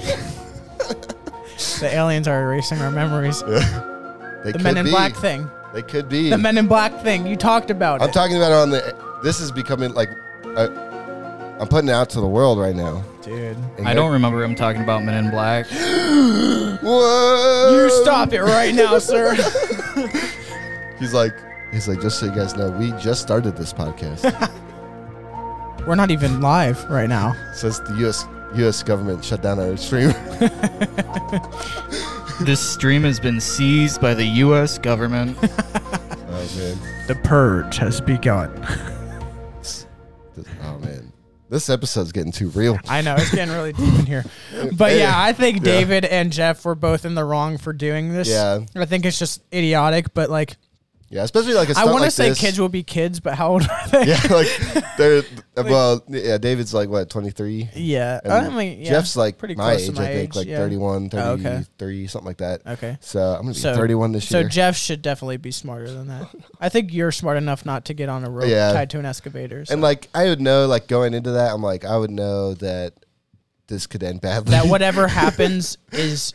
The aliens are erasing our memories. They The could Men in be. Black thing. They could be. The Men in Black thing. You talked about I'm it. talking about on the. This is becoming like. I, I'm putting it out to the world right now. Dude. And I they're- don't remember him talking about Men in Black. Whoa! You stop it right now, sir. He's like, he's like, just so you guys know, we just started this podcast. We're not even live right now. Says the U.S. U.S. government shut down our stream. this stream has been seized by the U.S. government. oh man. The purge has begun. This- Oh man. This episode's getting too real. I know it's getting really deep in here, but yeah, I think David and Jeff were both in the wrong for doing this. Yeah. I think it's just idiotic. But like, Yeah, especially like a I stunt want to like say this. kids will be kids, but how old are they? Yeah, like they're well, yeah. David's like what, 23? Yeah. And I mean, yeah, Jeff's like pretty my close age, to I think, age, like yeah. 31, Oh, okay. 33, something like that. Okay. So I'm gonna be 31 this so year. Jeff should definitely be smarter than that. I think you're smart enough not to get on a rope Yeah. tied to an excavator. So. and like I would know, like going into that, I'm like I would know that this could end badly. that whatever happens is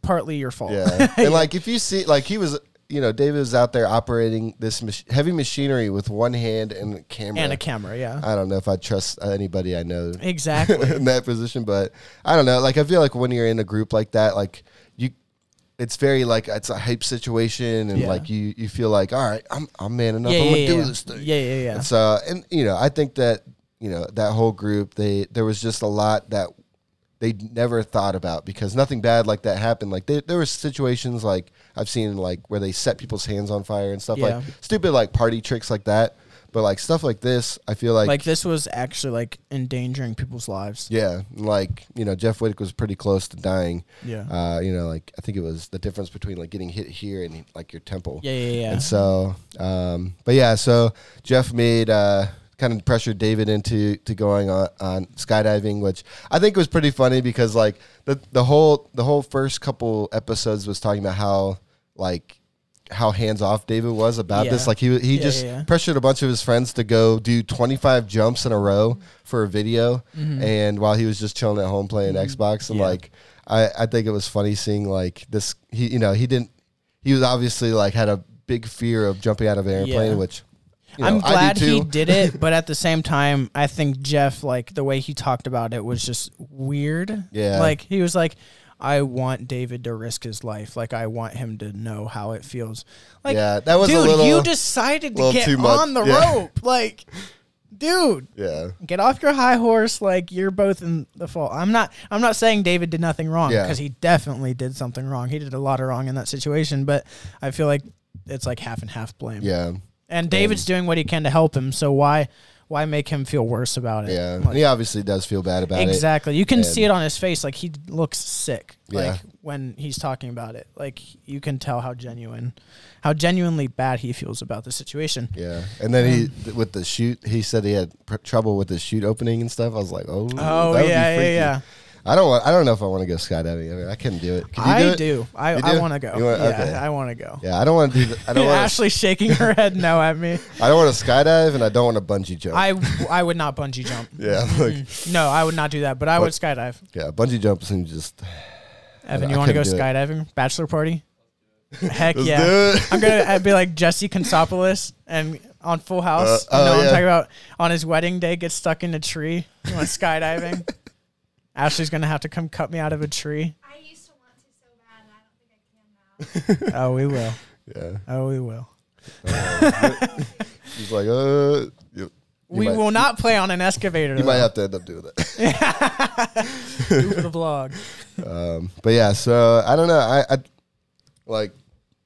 partly your fault. Yeah. And like if you see like he was you know, David was out there operating this mach- heavy machinery with one hand and a camera. and a camera. Yeah, I don't know if I trust anybody I know exactly. in that position, but I don't know. Like I feel like when you're in a group like that, like you it's very like it's a hype situation and Yeah. like you you feel like, all right, I'm I'm man enough, Yeah, I'm yeah, gonna do yeah. this thing. Yeah, yeah, yeah. And so and you know, I think that you know, that whole group, they there was just a lot that they never thought about because nothing bad like that happened. Like they, there were situations like I've seen like where they set people's hands on fire and stuff Yeah. like stupid like party tricks like that. But like stuff like this, I feel like, like this was actually like endangering people's lives. yeah, like you know Jeff Whittick was pretty close to dying. Yeah. uh, you know like I think it was the difference between like getting hit here and like your temple. Yeah, yeah, yeah. And so, um, but yeah, so Jeff made uh, kind of pressured David into to going on, on skydiving, which I think was pretty funny because like the the whole the whole first couple episodes was talking about how like how hands off David was about Yeah. this. Like he he Yeah, just yeah, yeah. pressured a bunch of his friends to go do 25 jumps in a row for a video, and while he was just chilling at home playing Xbox and Mm-hmm. Yeah. like. I, I think it was funny seeing like this he you know he didn't he was obviously like had a big fear of jumping out of an airplane, Yeah. which you I'm know, I do glad he too. did it, but at the same time, I think Jeff, like the way he talked about it, was just weird. Yeah. Like he was like, I want David to risk his life. Like I want him to know how it feels. Like, Yeah, that was a dude, little- you decided to little get too much. on the Yeah. rope. Like, dude, Yeah, get off your high horse. Like you're both in the fault. I'm not. I'm not saying David did nothing wrong Yeah. because he definitely did something wrong. He did a lot of wrong in that situation, but I feel like it's like half and half blame. yeah, And David's doing what he can to help him, so why why make him feel worse about it? yeah. Like, And he obviously does feel bad about exactly. You can And- see it on his face like he looks sick Yeah. like when he's talking about it. Like you can tell how genuine how genuinely bad he feels about the situation. it. Yeah, and then he th- with the shoot, he said he had pr- trouble with the shoot opening and stuff. I was like, oh, that Oh, would be yeah, yeah, freaky. yeah. I don't want. I don't know if I want to go skydiving. I mean, I couldn't do it. Can you I do do. it? I, You I do? want to go. You wanna- yeah, okay. I want to go. Yeah, I don't want to do. The, I don't want. to Ashley's shaking her head no at me. I don't want to skydive, and I don't want to bungee jump. I Mm. I would not bungee jump. yeah, I'm like No, I would not do that. But I would skydive. yeah, bungee jump seems just. Evan, I you want to go couldn't do it. skydiving? Bachelor party? Heck Let's yeah. do it. I'm going to be like Jesse Konsopoulos and on Full House. Uh, oh, you know what I'm yeah. talking about? On his wedding day, gets stuck in a tree. You want skydiving? Ashley's going to have to come cut me out of a tree. I used to want to so bad, and I don't think I can now. Oh, we will. Yeah, Oh, we will. he's like, uh, you, we might- will not play on an excavator. You might though. have to end up doing that. Ooh, the vlog. But yeah, so I don't know. I, I like.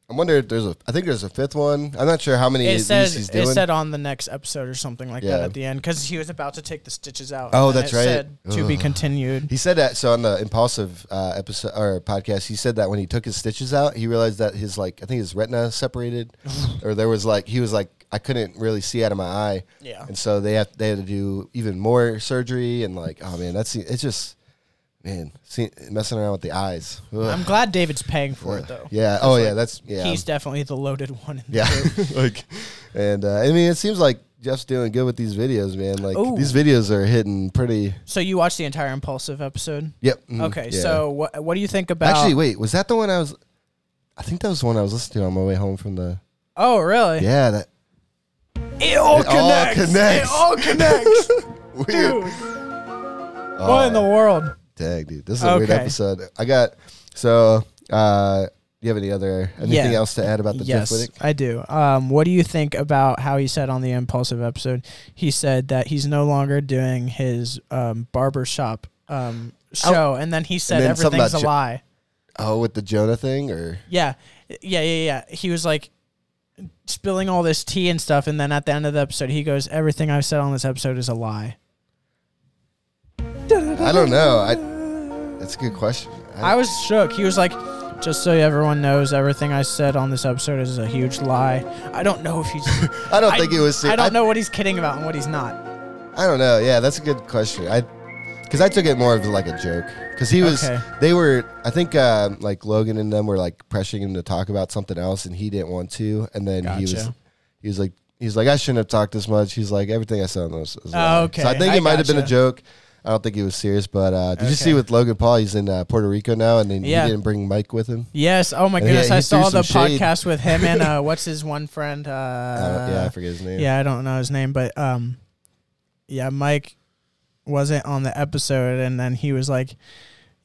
I wonder if there's a. I think there's a fifth one. I'm not sure how many of It these he's says doing. it said on the next episode or something like that Yeah. at the end because he was about to take the stitches out. Oh, and then that's it right. Said, to be Ugh. continued. he said that. So on the impulsive uh, episode or podcast, he said that when he took his stitches out, he realized that his like I think his retina separated, or there was like he was like I couldn't really see out of my eye. Yeah. And so they have they had to do even more surgery and like oh man that's it's just man see, messing around with the eyes. Ugh. I'm glad David's paying for it though. yeah. Oh yeah. That's yeah. He's definitely the loaded one. In the Yeah, like, and uh, I mean, it seems like Jeff's doing good with these videos, man. Like Ooh. these videos are hitting pretty. So you watched the entire Impulsive episode? Yep. mhm, Okay, yeah. so what what do you think about? actually, wait, was that the one I was? I think that was the one I was listening to on my way home from the. oh really? Yeah, that It all It all connects. connects. It all connects. weird. what in the world? Dang, dude, this is a weird Okay. episode. I got so. uh Do you have any other anything Yeah. else to add about the yes, Jeff Wittick? I do. Um, what do you think about how he said on the Impulsive episode? He said that he's no longer doing his um, barber shop um, show, and then he said Oh, then something everything's a about Jo- lie. Oh, with the Jonah thing, or Yeah, yeah, yeah, yeah. He was like spilling all this tea and stuff, and then at the end of the episode, he goes, "Everything I've said on this episode is a lie." I don't know. I that's a good question. I was shook. He was like, "Just so everyone knows, everything I said on this episode is a huge lie." I don't know if he's. I don't think it was. I ser- don't know what he's kidding about and what he's not. I don't know. Yeah, that's a good question. I because I took it more of like a joke because he was Okay. they were I think uh, like Logan and them were like pressuring him to talk about something else and he didn't want to and then he was Gotcha. he was like he's like I shouldn't have talked this much. He's like everything I said on this. Is a Oh, lie." okay. So I think I it might have been a gotcha. joke. I don't think he was serious, but uh, did you see Okay. with Logan Paul? He's in uh, Puerto Rico now, and then Yeah. he didn't bring Mike with him. Yes. Oh my Uh, Yeah, goodness! he I threw saw the some shade. podcast with him and uh, what's his one friend? Uh, I don't- yeah, I forget his name. Yeah, I don't know his name, but um, yeah, Mike wasn't on the episode, and then he was like,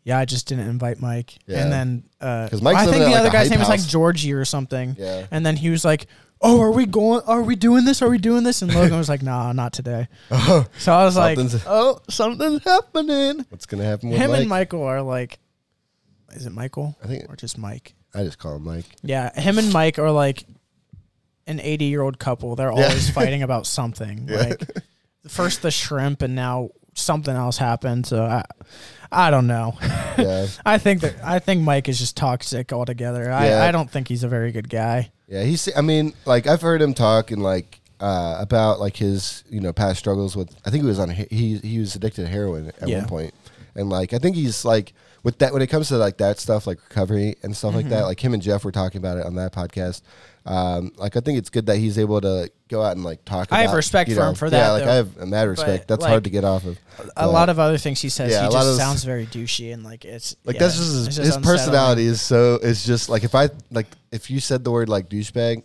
"Yeah, I just didn't invite Mike." Yeah. And then uh, 'Cause Mike's I living at, think the like, other a guy's hype name was like house. Georgie or something. Yeah. And then he was like, "Oh, are we going? Are we doing this? Are we doing this?" And Logan was like, "Nah, not today." so I was like, Something's- "Oh, something's happening." What's gonna happen with Him Mike? and Michael are like, is it Michael? I think- or just Mike. I just call him Mike. Yeah, him and Mike are like an 80 year old couple. They're always fighting about something. Like first the shrimp, and now something else happened. So I, I don't know. Yeah, I think that I think Mike is just toxic altogether. Yeah. I, I don't think he's a very good guy. Yeah, he's. I mean, like I've heard him talk and like uh, about like his you know past struggles with. I think he was on. he- He he was addicted to heroin at Yeah. one point, and like I think he's like with that when it comes to like that stuff like recovery and stuff like Mm-hmm. that. Like him and Jeff were talking about it on that podcast. Um, like I think it's good that he's able to go out and like talk. I have about, respect you for him know, for Yeah, that, like though. I have a mad respect. That's like, hard to get off of. A But, lot of other things he says, yeah, a lot he of just those- sounds very douchey and like it's like yeah, that's just his, it's his unsettling. personality is so it's just like if I like if you said the word like douchebag,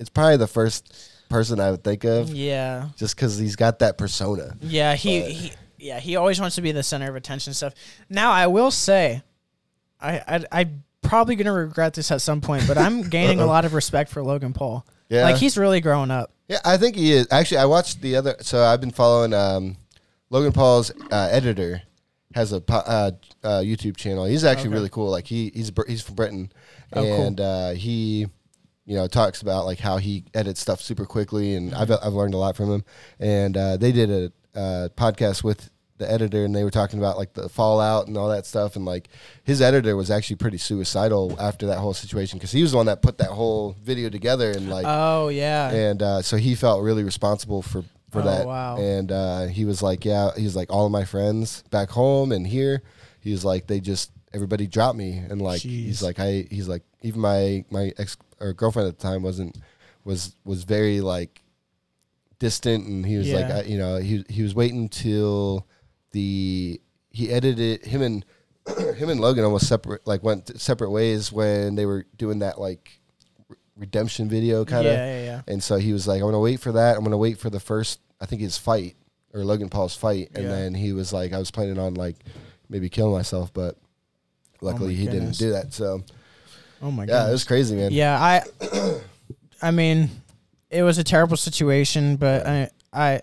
it's probably the first person I would think of. Yeah. just because he's got that persona. Yeah, he, he yeah, he always wants to be the center of attention and stuff. Now I will say I I I'm probably gonna regret this at some point, but I'm gaining a lot of respect for Logan Paul. Yeah. Like he's really growing up. Yeah, I think he is. Actually, I watched the other. So I've been following um, Logan Paul's uh, editor has a po- uh, uh, YouTube channel. He's actually really cool. Like he he's Br- he's from Britain, cool. and uh, he you know talks about like how he edits stuff super quickly, and I've I've learned a lot from him. And uh, they did a uh, podcast with the editor, and they were talking about like the fallout and all that stuff, and like his editor was actually pretty suicidal after that whole situation because he was the one that put that whole video together, and like Oh yeah. and uh, so he felt really responsible for for Oh, that. wow. And uh, he was like, yeah, he's like all of my friends back home and here. He's like, they just everybody dropped me, and like he's Jeez. like I he's like even my my ex or girlfriend at the time wasn't was was very like distant, and he was like Yeah. I, you know he he was waiting till the he edited him and. Him and Logan almost separate, like went separate ways when they were doing that like re- redemption video kind of. Yeah, yeah, yeah. And so he was like, I'm gonna wait for that. I'm gonna wait for the first, I think his fight or Logan Paul's fight. And Yeah. then he was like, I was planning on like maybe killing myself, but luckily Oh my he goodness. didn't do that. So Oh my yeah, god. it was crazy, man. Yeah, I I mean, it was a terrible situation, but I I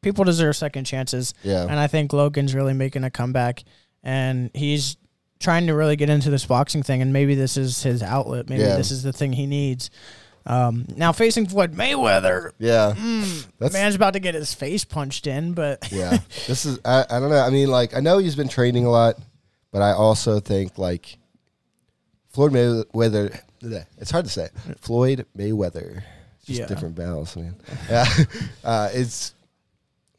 people deserve second chances. Yeah. And I think Logan's really making a comeback and he's trying to really get into this boxing thing and maybe this is his outlet. Maybe Yeah. this is the thing he needs. Um, now facing Floyd Mayweather, Yeah. That's man's about to get his face punched in, but yeah. This is I, I don't know. I mean, like I know he's been training a lot, but I also think like Floyd Mayweather. It's hard to say. Floyd Mayweather. It's Just Yeah. different vowels, man. Yeah. uh, it's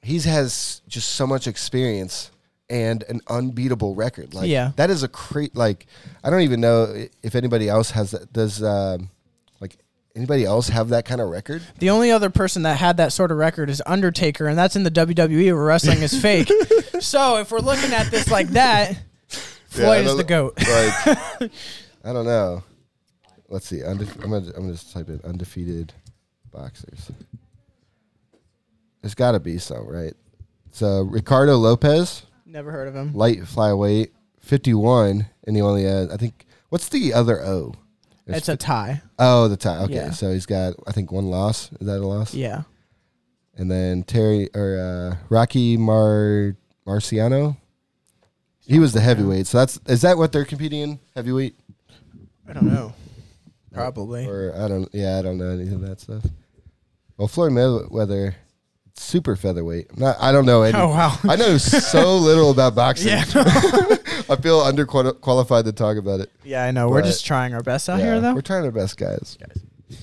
he's has just so much experience and an unbeatable record. Like Yeah. that is a cra- like I don't even know i- if anybody else has that. Does um, like anybody else have that kind of record? The only other person that had that sort of record is Undertaker, and that's in the WWE where wrestling is fake. So if we're looking at this like that, Floyd is the goat. Like, I don't know. Let's see. Unde- I'm gonna I'm gonna just type in undefeated boxers. There's got to be some, right? So Ricardo Lopez, Never heard of him. light flyweight, 51, and he only had I think what's the other O? There's It's a tie. Oh, the tie. Okay, Yeah. so he's got I think one loss. Is that a loss? Yeah. And then Terry or uh, Rocky Mar Marciano. He was the heavyweight. So that's is that what they're competing in? Heavyweight I don't know. Probably. or I don't. Yeah, I don't know any of that stuff. Well, Floyd Mayweather, super featherweight. I'm not. I don't know any. Oh, wow. I know so little about boxing. Yeah. I feel underqualified to talk about it. Yeah, I know. We're But- just trying our best out yeah, here, though. we're trying our best, guys.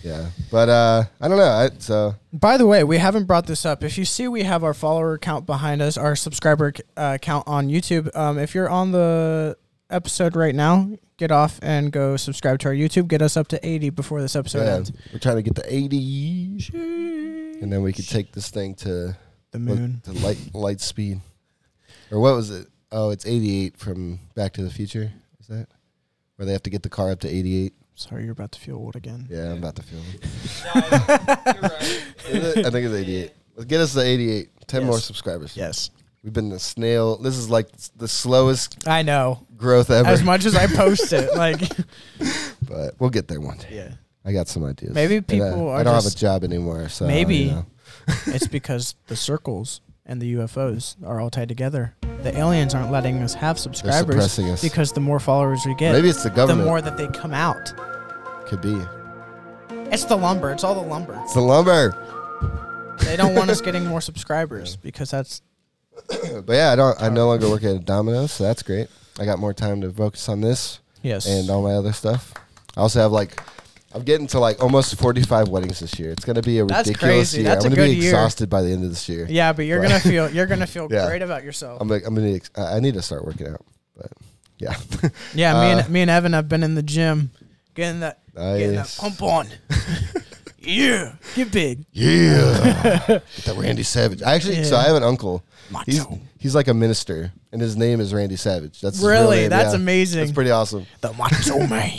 Yeah, but uh, I don't know. I, so By the way, we haven't brought this up. If you see, we have our follower count behind us, our subscriber uh, count on YouTube. Um, if you're on the episode right now, get off and go subscribe to our YouTube. Get us up to 80 before this episode yeah, ends. um, we're trying to get to eighty, and then we could take this thing to The moon. to light light speed, or what was it? Oh, it's eighty-eight from Back to the Future. Is that where they have to get the car up to eighty-eight? Sorry, you're about to feel old again. Yeah, I'm about to feel it. Is it? I think it's 88. Let's get us to 88. 10 more subscribers. Yes. We've been a snail. This is like the slowest I know. growth ever. As much as I post it, like, but we'll get there one day. yeah. I got some ideas. Maybe And, uh, people I are don't have just- a job anymore, so Maybe. you know. It's because the circles and the UFOs are all tied together. The aliens aren't letting us have subscribers suppressing us. because the more followers we get, Maybe it's the the government. more that they come out. Could be. It's the lumber. It's all the lumber. It's the lumber. They don't want us getting more subscribers because that's But yeah, I don't. I no longer work at Domino's, so that's great. I got more time to focus on this yes. and all my other stuff. I also have like. I'm getting to like almost 45 weddings this year. It's going to be a That's ridiculous crazy. year. That's I'm a gonna be good year. exhausted by the end of this year. yeah, but you're gonna feel you're gonna feel Yeah. great about yourself. I'm like, I'm gonna. Ex- I I need to start working out, but yeah, yeah, me uh, and me and Evan have been in the gym getting that getting that Nice. pump on. yeah, get big. yeah. Get that Randy Savage. I actually, so Yeah. I have an uncle. Macho. He's he's like a minister, and his name is Randy Savage. That's his real Really? name, That's yeah. amazing. That's pretty awesome. The macho man.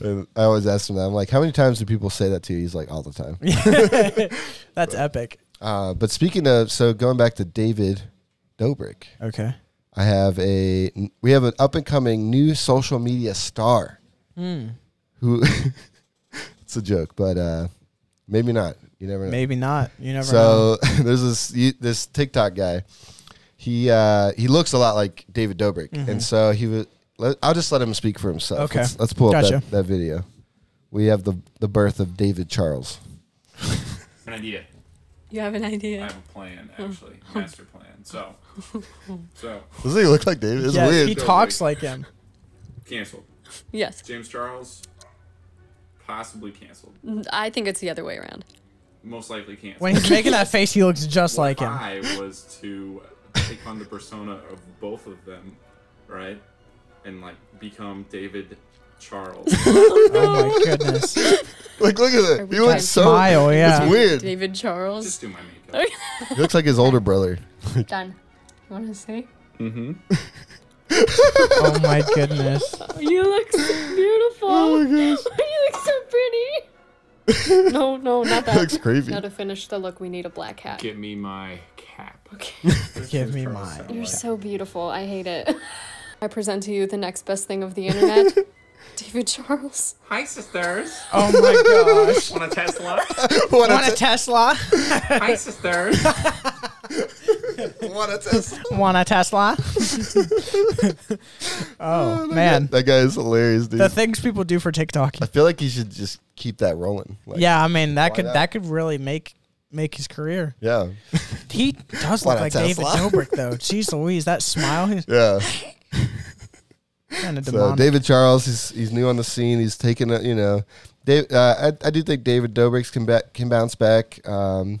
And I always ask him that. I'm like, how many times do people say that to you? He's like, all the time. That's epic. Uh, but speaking of, so going back to David Dobrik, Okay. I have a we have an up and coming new social media star Hmm. who it's a joke, but uh, maybe not. You never know. Maybe not. You never know. So there's this you- this TikTok guy. He uh, he looks a lot like David Dobrik, and so he was. Let, I'll just let him speak for himself. Mm-hmm. Okay. let's, let's pull Gotcha. up that, that video. We have the the birth of David Charles. an idea. You have an I idea. have a plan, actually, master plan. So, so Doesn't he look like David? It's Yeah, weird. he talks like him. canceled. Yes. James Charles, possibly canceled. I think it's the other way around. Most likely canceled. When he's making that face, he looks just like him. I was to take on the persona of both of them, right, and like become David Charles. Oh my goodness. like look at that. we He looks so trying- Smile, yeah. It's weird. David Charles. Just do my makeup. He looks like his older brother. Done. You want to see? Mm-hmm. Oh my goodness. You look so beautiful. Oh my gosh. you look so pretty. no, no, not that. looks creepy. Now to finish the look, we need a black hat. Get me my cap. Okay. Give me mine. You're so beautiful. I hate it. I present to you the next best thing of the internet, David Charles. Hi, sisters. Oh my gosh. Want a Tesla? what Want a Tesla? Hi, sisters. what a test. Want a Tesla? oh man. That guy is hilarious, dude. The things people do for TikTok. I feel like you should just keep that rolling. Like, Yeah, I mean that could not? that could really make make his career. Yeah. He does Why look not like Tesla? David Dobrik though. Jeez Louise, that smile he's Yeah. kind of So demonic. David Charles, he's he's new on the scene. He's taken, a, you know, Dave, uh, I I do think David Dobrik's can back, can bounce back. Um,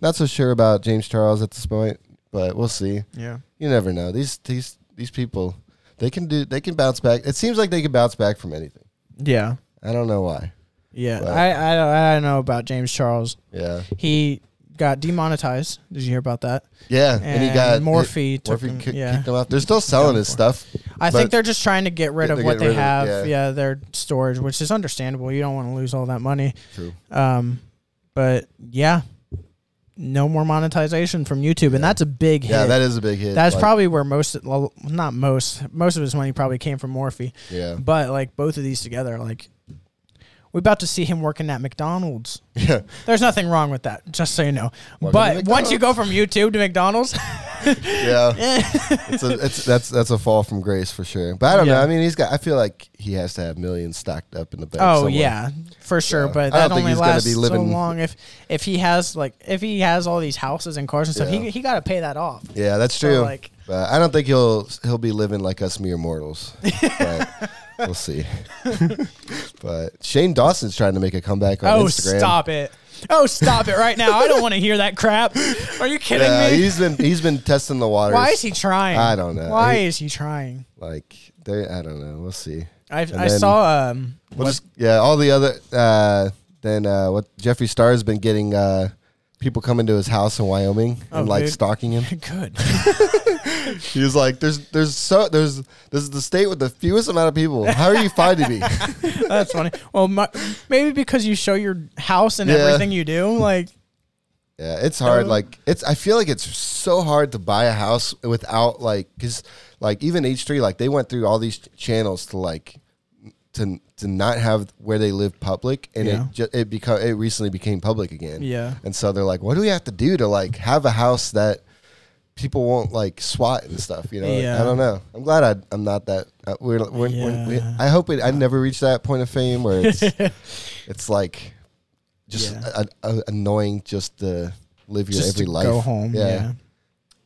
not so sure about James Charles at this point, but we'll see. yeah. You never know. These these these people, they can do they can bounce back. It seems like they can bounce back from anything. Yeah. I don't know why. Yeah, But- I, I don't- I don't know about James Charles. Yeah. he got demonetized. Did you hear about that? Yeah, and, he got Morphe. it- took Morphe him- kick- yeah. kicked him out. They're still selling his stuff. I but- think they're just trying to get rid They're of what getting they rid of it, have. yeah. yeah. their storage, which is understandable. You don't want to lose all that money. True. Um, but yeah, no more monetization from YouTube, and that's a big hit. Yeah, that is a big hit, That's like- probably where most, well, not most, most of his money probably came from Morphe. Yeah. But like both of these together, like we're about to see him working at McDonald's. Yeah. There's nothing wrong with that, just so you know. Welcome but to once you go from YouTube to McDonald's, oh, yeah, it's a, it's that's that's a fall from grace for sure. But I don't know. Yeah. I mean, he's got. I feel like he has to have millions stocked up in the bank. Oh somewhere. yeah, for sure. So, But I that don't think only he's gonna lasts be living. so long if if he has like if he has all these houses and cars and stuff, Yeah. he he got to pay that off. Yeah, that's So, true. like- but I don't think he'll he'll be living like us mere mortals. but we'll see. but Shane Dawson's trying to make a comeback on oh Instagram. stop it! Oh stop it right now! I don't want to hear that crap. Are you kidding Yeah, me? he's been he's been testing the waters. Why is he trying? I don't know. Why He- is he trying? like they I don't know. We'll see. I've- And I saw, um, we'll just- yeah, all the other uh then uh what Jeffree Star's been getting uh people coming to his house in Wyoming Oh, and like dude. stalking him. Good. He was like, There's there's so there's this is the state with the fewest amount of people. How are you finding me? That's funny. Well, my, maybe because you show your house and Yeah. everything you do, like Yeah, it's hard. Uh, like it's, I feel like it's so hard to buy a house without like, cause like even H three, like they went through all these ch- channels to like to to not have where they live public, and Yeah. it just it become it recently became public again. Yeah. and so they're like, what do we have to do to like have a house that people won't like SWAT and stuff? You know, Like, Yeah. I don't know. I'm glad I, I'm not that. Uh, we're, we're, we're, we I hope it, I never reach that point of fame where it's it's like just Yeah. a, a, annoying just to live your Just every to life. go home, yeah.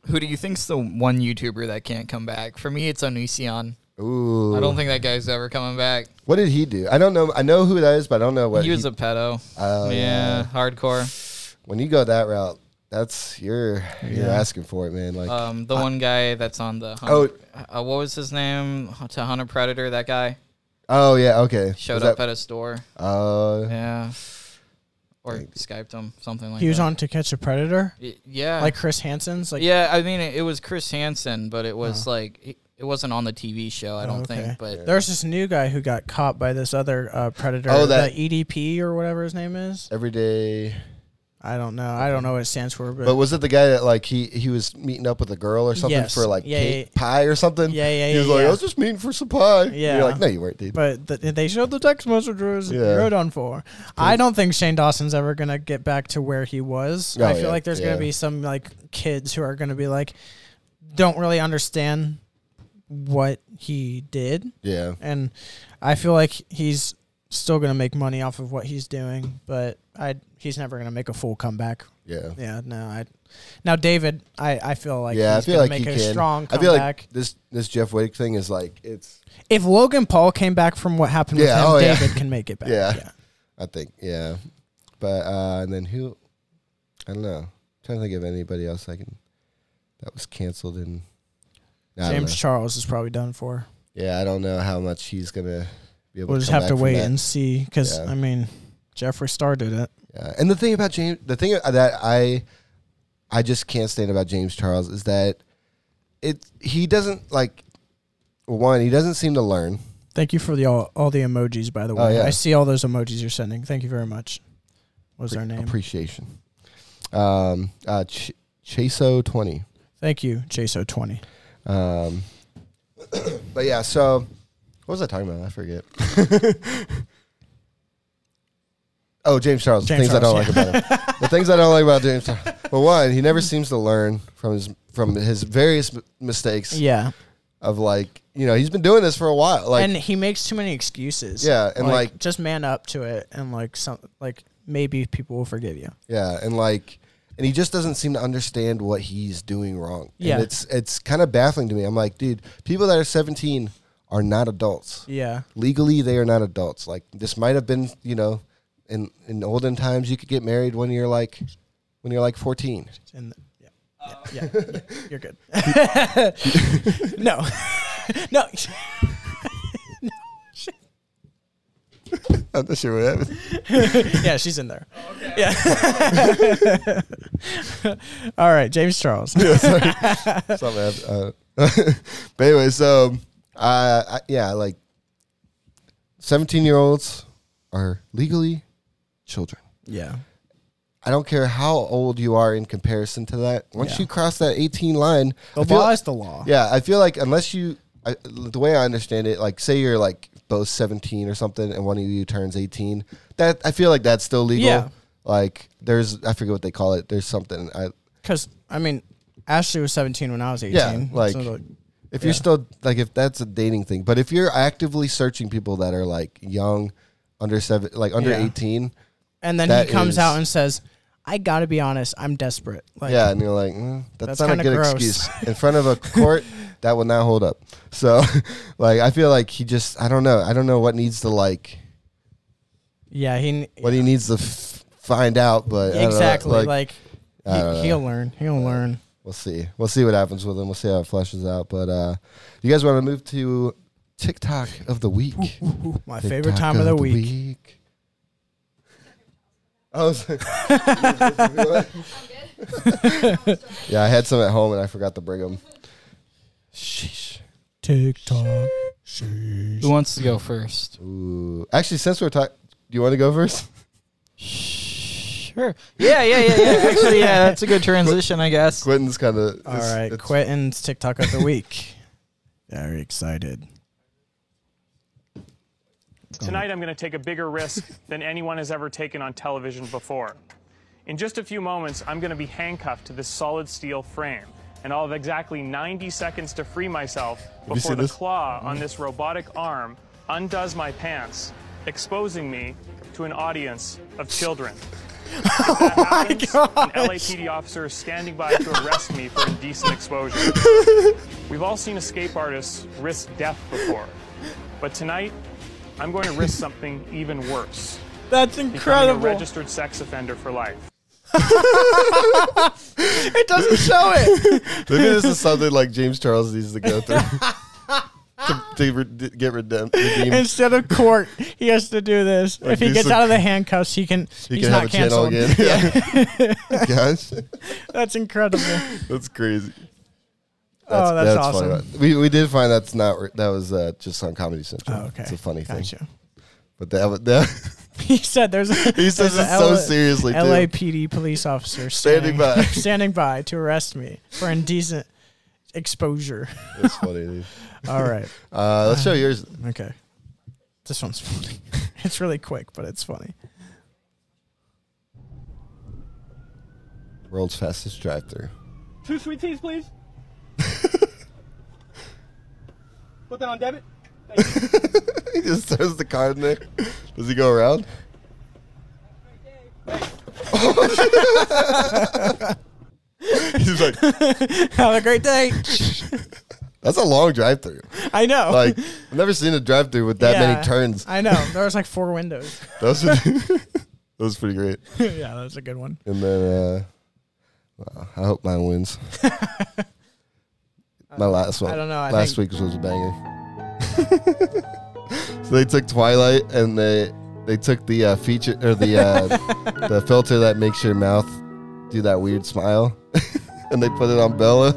Who do you think's the one YouTuber that can't come back? For me, it's Onision. Ooh. I don't think that guy's ever coming back. What did he do? I don't know. I know who that is, but I don't know what he was a pedo. Oh, yeah, yeah. hardcore. When you go that route, that's you're you're asking for it, man. Like um, the one guy that's on the hunt, Uh, Oh. uh, what was his name? To hunt a predator, that guy oh yeah, okay. showed Was up that- at a store. Oh. yeah, or skyped him something like he was that. on to catch a predator. Y- yeah. like Chris Hansen's. Like yeah, I mean it, it was Chris Hansen, but it was like it, it wasn't on the TV show. I don't Oh. Okay. think, but there's this new guy who got caught by this other uh, predator. Oh, that- the EDP or whatever his name is. Every day. I don't know. I don't know what it stands for, but, But was it the guy that like he he was meeting up with a girl or something Yes. for like Yeah, cake, yeah, pie or something? Yeah, yeah, He was yeah, like, yeah. I was just meeting for some pie. And yeah, You're like, no, you weren't, dude. But th- they showed the text messages. Yeah. You're done for. I don't think Shane Dawson's ever gonna get back to where he was. Oh, I feel yeah, like there's yeah. gonna be some like kids who are gonna be like, don't really understand what he did. Yeah. and I feel like he's still gonna make money off of what he's doing, but I he's never gonna make a full comeback. Yeah. Yeah. No. I. Now David, I I feel like yeah, I he's feel gonna like make he a can. strong I comeback. feel like this this Jeff Wake thing is like it's if Logan Paul came back from what happened with him, oh, David can make it back. Yeah, I think. Yeah, but uh, and then who? I don't know. I'm trying to think of anybody else I can that was canceled in. I don't James know. Charles is probably done for. Yeah, I don't know how much he's gonna be able. We'll to just come have to back from wait that. and see because Yeah. I mean, Jeffrey Star did it. Yeah. And the thing about James, the thing that I, I just can't stand about James Charles is that it he doesn't like. One, he doesn't seem to learn. Thank you for the all, all the emojis by the way. Oh, yeah. I see all those emojis you're sending. Thank you very much. What was Pre- their name? Appreciation. Um, uh, Ch- Chaso twenty. Thank you, JSO twenty. Um, but yeah, so what was I talking about? I forget. oh, James Charles. James things I Charles, don't like about him. the things I don't like about James Charles. Well, one, he never seems to learn from his from his various m- mistakes. Yeah. Of like, you know, he's been doing this for a while. Like, and he makes too many excuses. Yeah, and, like- just man up to it, and like some like maybe people will forgive you. Yeah, and like, and he just doesn't seem to understand what he's doing wrong. Yeah. and it's it's kind of baffling to me. I'm like, dude, people that are 17 are not adults. Yeah. legally they are not adults. Like this might have been, you know, in in olden times you could get married when you're like when you're like 14. And yeah, yeah, yeah, yeah, you're good. no, no. No. I'm not sure what happened. yeah, she's in there. Yeah. All right, James Charles. Yeah, sorry. Something happened. Uh, but anyway, so uh, I, yeah, like seventeen-year-olds are legally children. Yeah. I don't care how old you are in comparison to that. Once Yeah. you cross that 18 line, The I feel- law is the law. Yeah, I feel like unless you, I, the way I understand it, like say you're like both 17 or something, and one of you turns 18, that I feel like that's still legal. Yeah. Like there's, I forget what they call it. There's something. I Because I mean, Ashley was 17 when I was 18. yeah, like so, if yeah. you're still like if that's a dating thing, but if you're actively searching people that are like young, under seven, like under Yeah. 18, and then that he comes is- out and says, "I gotta be honest, I'm desperate." Like, yeah, and you're like, "Mm, that's, That's not a kinda good gross." excuse in front of a court. that will not hold up. So, like, I feel like he just, I don't know, I don't know what needs to like, yeah, he what he needs to f- find out, but I don't know, exactly like, I don't he, know. he'll learn. He'll learn. we'll see, we'll see what happens with him. We'll see how it flushes out. But uh you guys want to move to TikTok of the week? My favorite time of the week. Oh, sorry. yeah, I had some at home and I forgot to bring them. Sheesh. TikTok. Who wants to go first? Ooh. Actually, since we're talking, do you want to go first? Sure. Yeah, yeah, yeah, yeah. Actually, yeah, that's a good transition, I guess. Quentin's kind of. All right, Quentin's TikTok of the week. Very excited. Tonight, I'm going to take a bigger risk than anyone has ever taken on television before. In just a few moments, I'm going to be handcuffed to this solid steel frame, and I'll have exactly 90 seconds to free myself you before seen the this? Mm-hmm. claw on this robotic arm undoes my pants, exposing me to an audience of children. oh my God! An LAPD officer is standing by to arrest me for indecent exposure. We've all seen escape artists risk death before, but tonight, I'm going to risk something even worse. That's Becoming incredible. A registered sex offender for life. it doesn't show it. Maybe this is something like James Charles needs to go through to, to re- get redem- redeemed. Instead of court, he has to do this. Like, if he do gets some- out of the handcuffs, he can. He he's can not have a channel canceled. again. Yeah. Gosh, that's incredible. that's crazy. oh, that's, funny. awesome. We, we did find that's not re- that was uh, just on Comedy Central. Oh, okay. it's a funny Gotcha. thing. But that wa- that He said there's. A, He says there's a it so seriously, too. LAPD police officer Standing standing, by. standing by to arrest me for indecent exposure. that's funny. dude. All right. uh, let's show yours. Okay. This one's funny. it's really quick, but it's funny. World's fastest drive-through. Two sweet teas, please. Put that on debit. he just throws the card in there. Does he go around? He's like, have a great day. That's a long drive-through. I know. Like, I've never seen a drive-through with that Yeah, many turns. I know. There was like four windows. That was, that was pretty great. yeah, that's a good one. And then, uh, wow, I hope mine wins. My last one. I don't know, I last think- week's was a banger. so they took Twilight and they they took the uh, feature or the uh, the filter that makes your mouth do that weird smile, and they put it on Bella.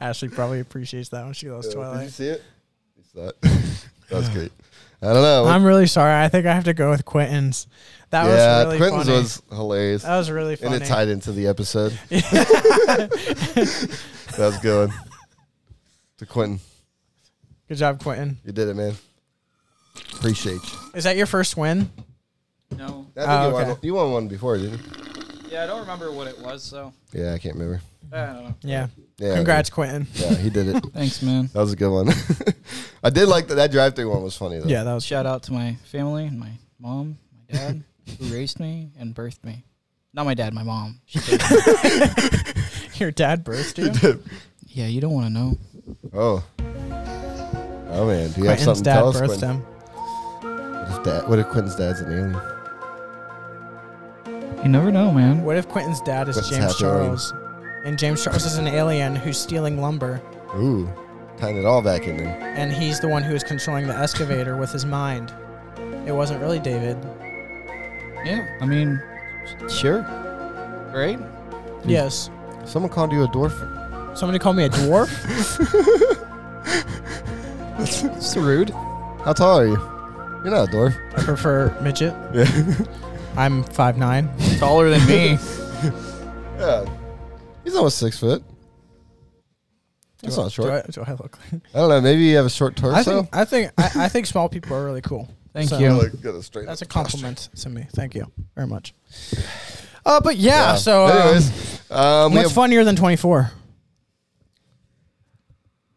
Ashley probably appreciates that when she loves Twilight. see it? that was great. I don't know. I'm really sorry. I think I have to go with Quentin's. That yeah, was really Quentin's funny. was hilarious. That was really And funny. it tied into the episode. that was good. one. To Quentin, Good job, Quentin. you did it, man. Appreciate you. Is that your first win? No. I think Oh, you, okay. won, you won one before, didn't you? Yeah, I don't remember what it was, so. Yeah, I can't remember. I don't know. Yeah. Yeah. Congrats, yeah. Quentin. Yeah, he did it. Thanks, man. That was a good one. I did like that. That drive-through one was funny though. that was shout out to my family and my mom, my dad, who raised me and birthed me. Not my dad, my mom. She birthed me. Your dad birthed you. Yeah, you don't want to know. Oh. Oh man, do you have Quentin's something dad to tell us? birthed Quentin? him. What if, dad, what if Quentin's dad's an alien? You never know, man. What if Quentin's dad is Quentin's James half alien. Charles, and James Charles is an alien who's stealing lumber? Ooh. Tying it all back in there. and he's the one who is controlling the excavator with his mind. It wasn't really David. Hmm. Yeah, I mean, sure. Right? Yes. Someone called you a dwarf. Somebody called me a dwarf? That's rude. How tall are you? You're not a dwarf. I prefer midget. Yeah. I'm 5'9. Taller than me. yeah. He's almost six foot. That's Do I- not short. do I, I- do I look like- don't know. Maybe you have a short torso. I think I think I, I think small people are really cool. Thank So, you. That's a compliment to me. Thank you very much. Uh, but yeah, so um, Ah, Anyways, um, we what's have- funnier than 24?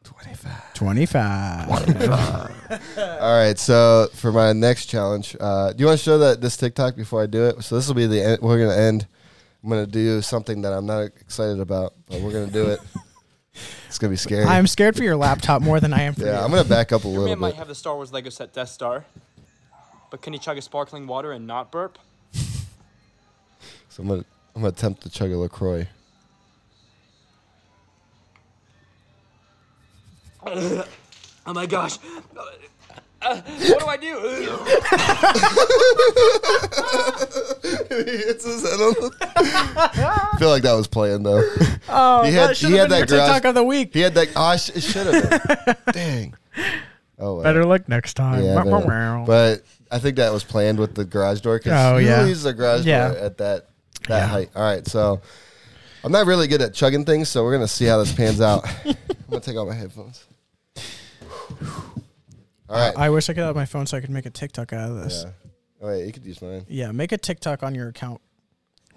25. 25. All right, so for my next challenge, uh, do you want to show that this TikTok before I do it? So this will be the end. We're gonna end. I'm gonna do something that I'm not excited about, but we're gonna do it. it's gonna be scary. I'm scared for your laptop more than I am for Yeah, you. I'm gonna back up a Your little man might bit. have the Star Wars Lego set Death Star, but can he chug a sparkling water and not burp? So I'm gonna I'm gonna attempt to chug a Lacroix. oh my gosh. Uh, what do I do? it's his head on I feel like that was playing though. Oh, he that had, should he had have been your that garage- TikTok of the week. He had that. Oh, I sh- it should have. been. Dang. Oh, well. Better luck next time. Yeah, I Wow, know. wow, wow. But I think that was planned with the garage door because Oh, who yeah. uses a garage Yeah. door at that that height? All right, so I'm not really good at chugging things, so we're gonna see how this pans out. I'm gonna take off my headphones. All right. I wish I could have my phone so I could make a TikTok out of this. Yeah. Oh, wait, you could use mine. Yeah, make a TikTok on your account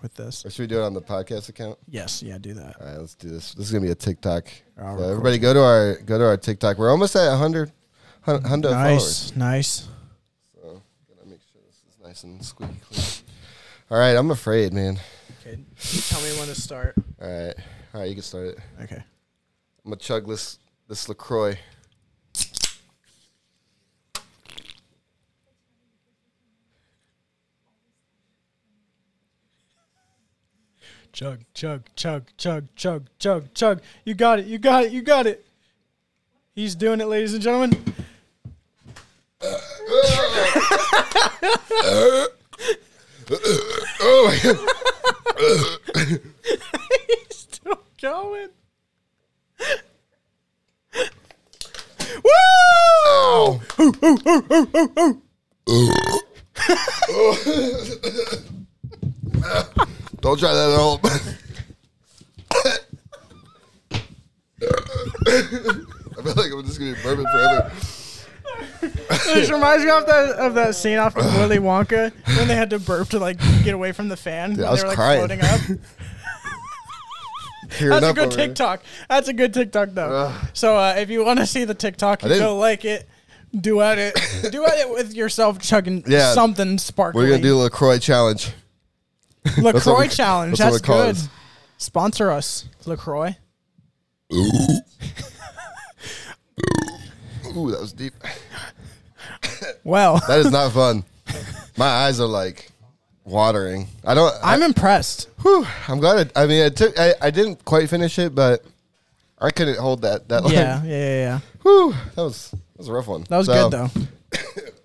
with this. Or should we do it on the podcast account? Yes, yeah, do that. All right, let's do this. This is gonna be a TikTok. I'll So record everybody, it. go to our go to our TikTok. We're almost at 100, 100 hundo followers. nice, nice. So gotta make sure this is nice and squeaky clean. All right, I'm afraid, man. Okay, tell me when to start. All right, all right, you can start it. Okay. I'm gonna chug this this Lacroix. Chug, chug, chug, chug, chug, chug, chug. You got it, you got it, you got it. He's doing it, ladies and gentlemen. oh my god. He's still going. Woo! Ooh, ooh, ooh, ooh, ooh, ooh. Don't try that at home. I feel like I'm just gonna be bourbon forever. this reminds me of that of that scene off of Willy Wonka when they had to burp to like get away from the fan. Dude, when I was they were like crying. floating up. Tearing That's a up good over here. TikTok. That's a good TikTok though. Ugh. So uh, if you want to see the TikTok, I you go didn't- like it, do at it, do at it with yourself chugging Yeah. something sparkling. We're gonna do a Lacroix challenge. That's what Lacroix we- challenge. what That's, we call good. this. Sponsor us, Lacroix. Ooh, that was deep. Well, that is not fun. My eyes are like watering. I don't. I'm impressed. Whew, I'm glad. I, I mean, it took. I, I didn't quite finish it, but I couldn't hold that. That like, Yeah, yeah, yeah, yeah. Whew, that was that was a rough one. That was So, good though.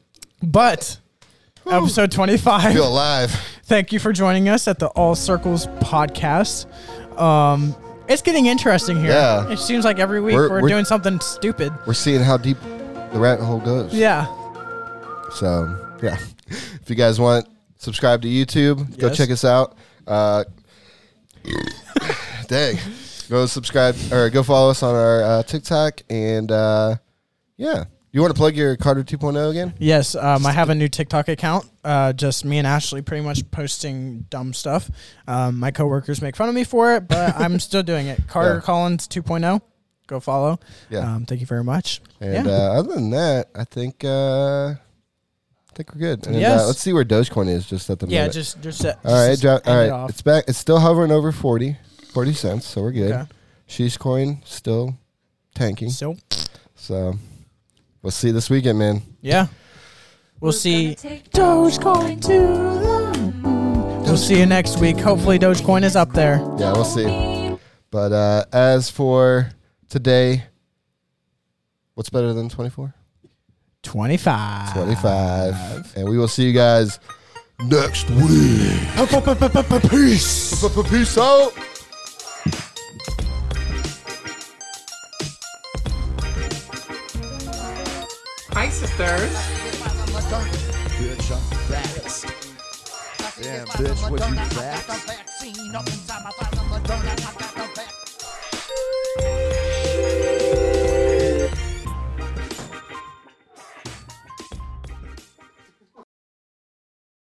but episode I 25. feel alive. Thank you for joining us at the All Circles podcast. Um, it's getting interesting here. Yeah. It seems like every week We're- we're, we're- doing something stupid. We're seeing how deep the rabbit hole goes. Yeah. So yeah, if you guys want, subscribe to YouTube. Go Yes. check us out. Uh, dang, go subscribe or go follow us on our uh, TikTok and uh, yeah. You want to plug your Carter 2.0 again? Yes. Um, I have a new TikTok account. Uh, just me and Ashley pretty much posting dumb stuff. Um, my coworkers make fun of me for it, but I'm still doing it. Carter Yeah. Collins 2.0. Go follow. Yeah. Um, thank you very much. And yeah. uh, other than that, I think uh, I think we're good. And, uh, Yes. let's see where Dogecoin is just at the Yeah, minute. just- just set- all right, just dro- all end it right. off. it's back. It's still hovering over 40, 40 cents, so we're good. Okay. She's coin still tanking. So So we'll see you this weekend, man. yeah. We'll see. Dogecoin to We'll see you next week. Hopefully, Dogecoin is up there. Yeah, we'll see. But uh, as for today, What's better than 24? 25. 25. And we will see you guys next week. Peace. Peace out. Hi, sisters. Bitch, I'm vaxxed. Damn, bitch, what you vaxxed? vaccine up inside my plasma Moderna.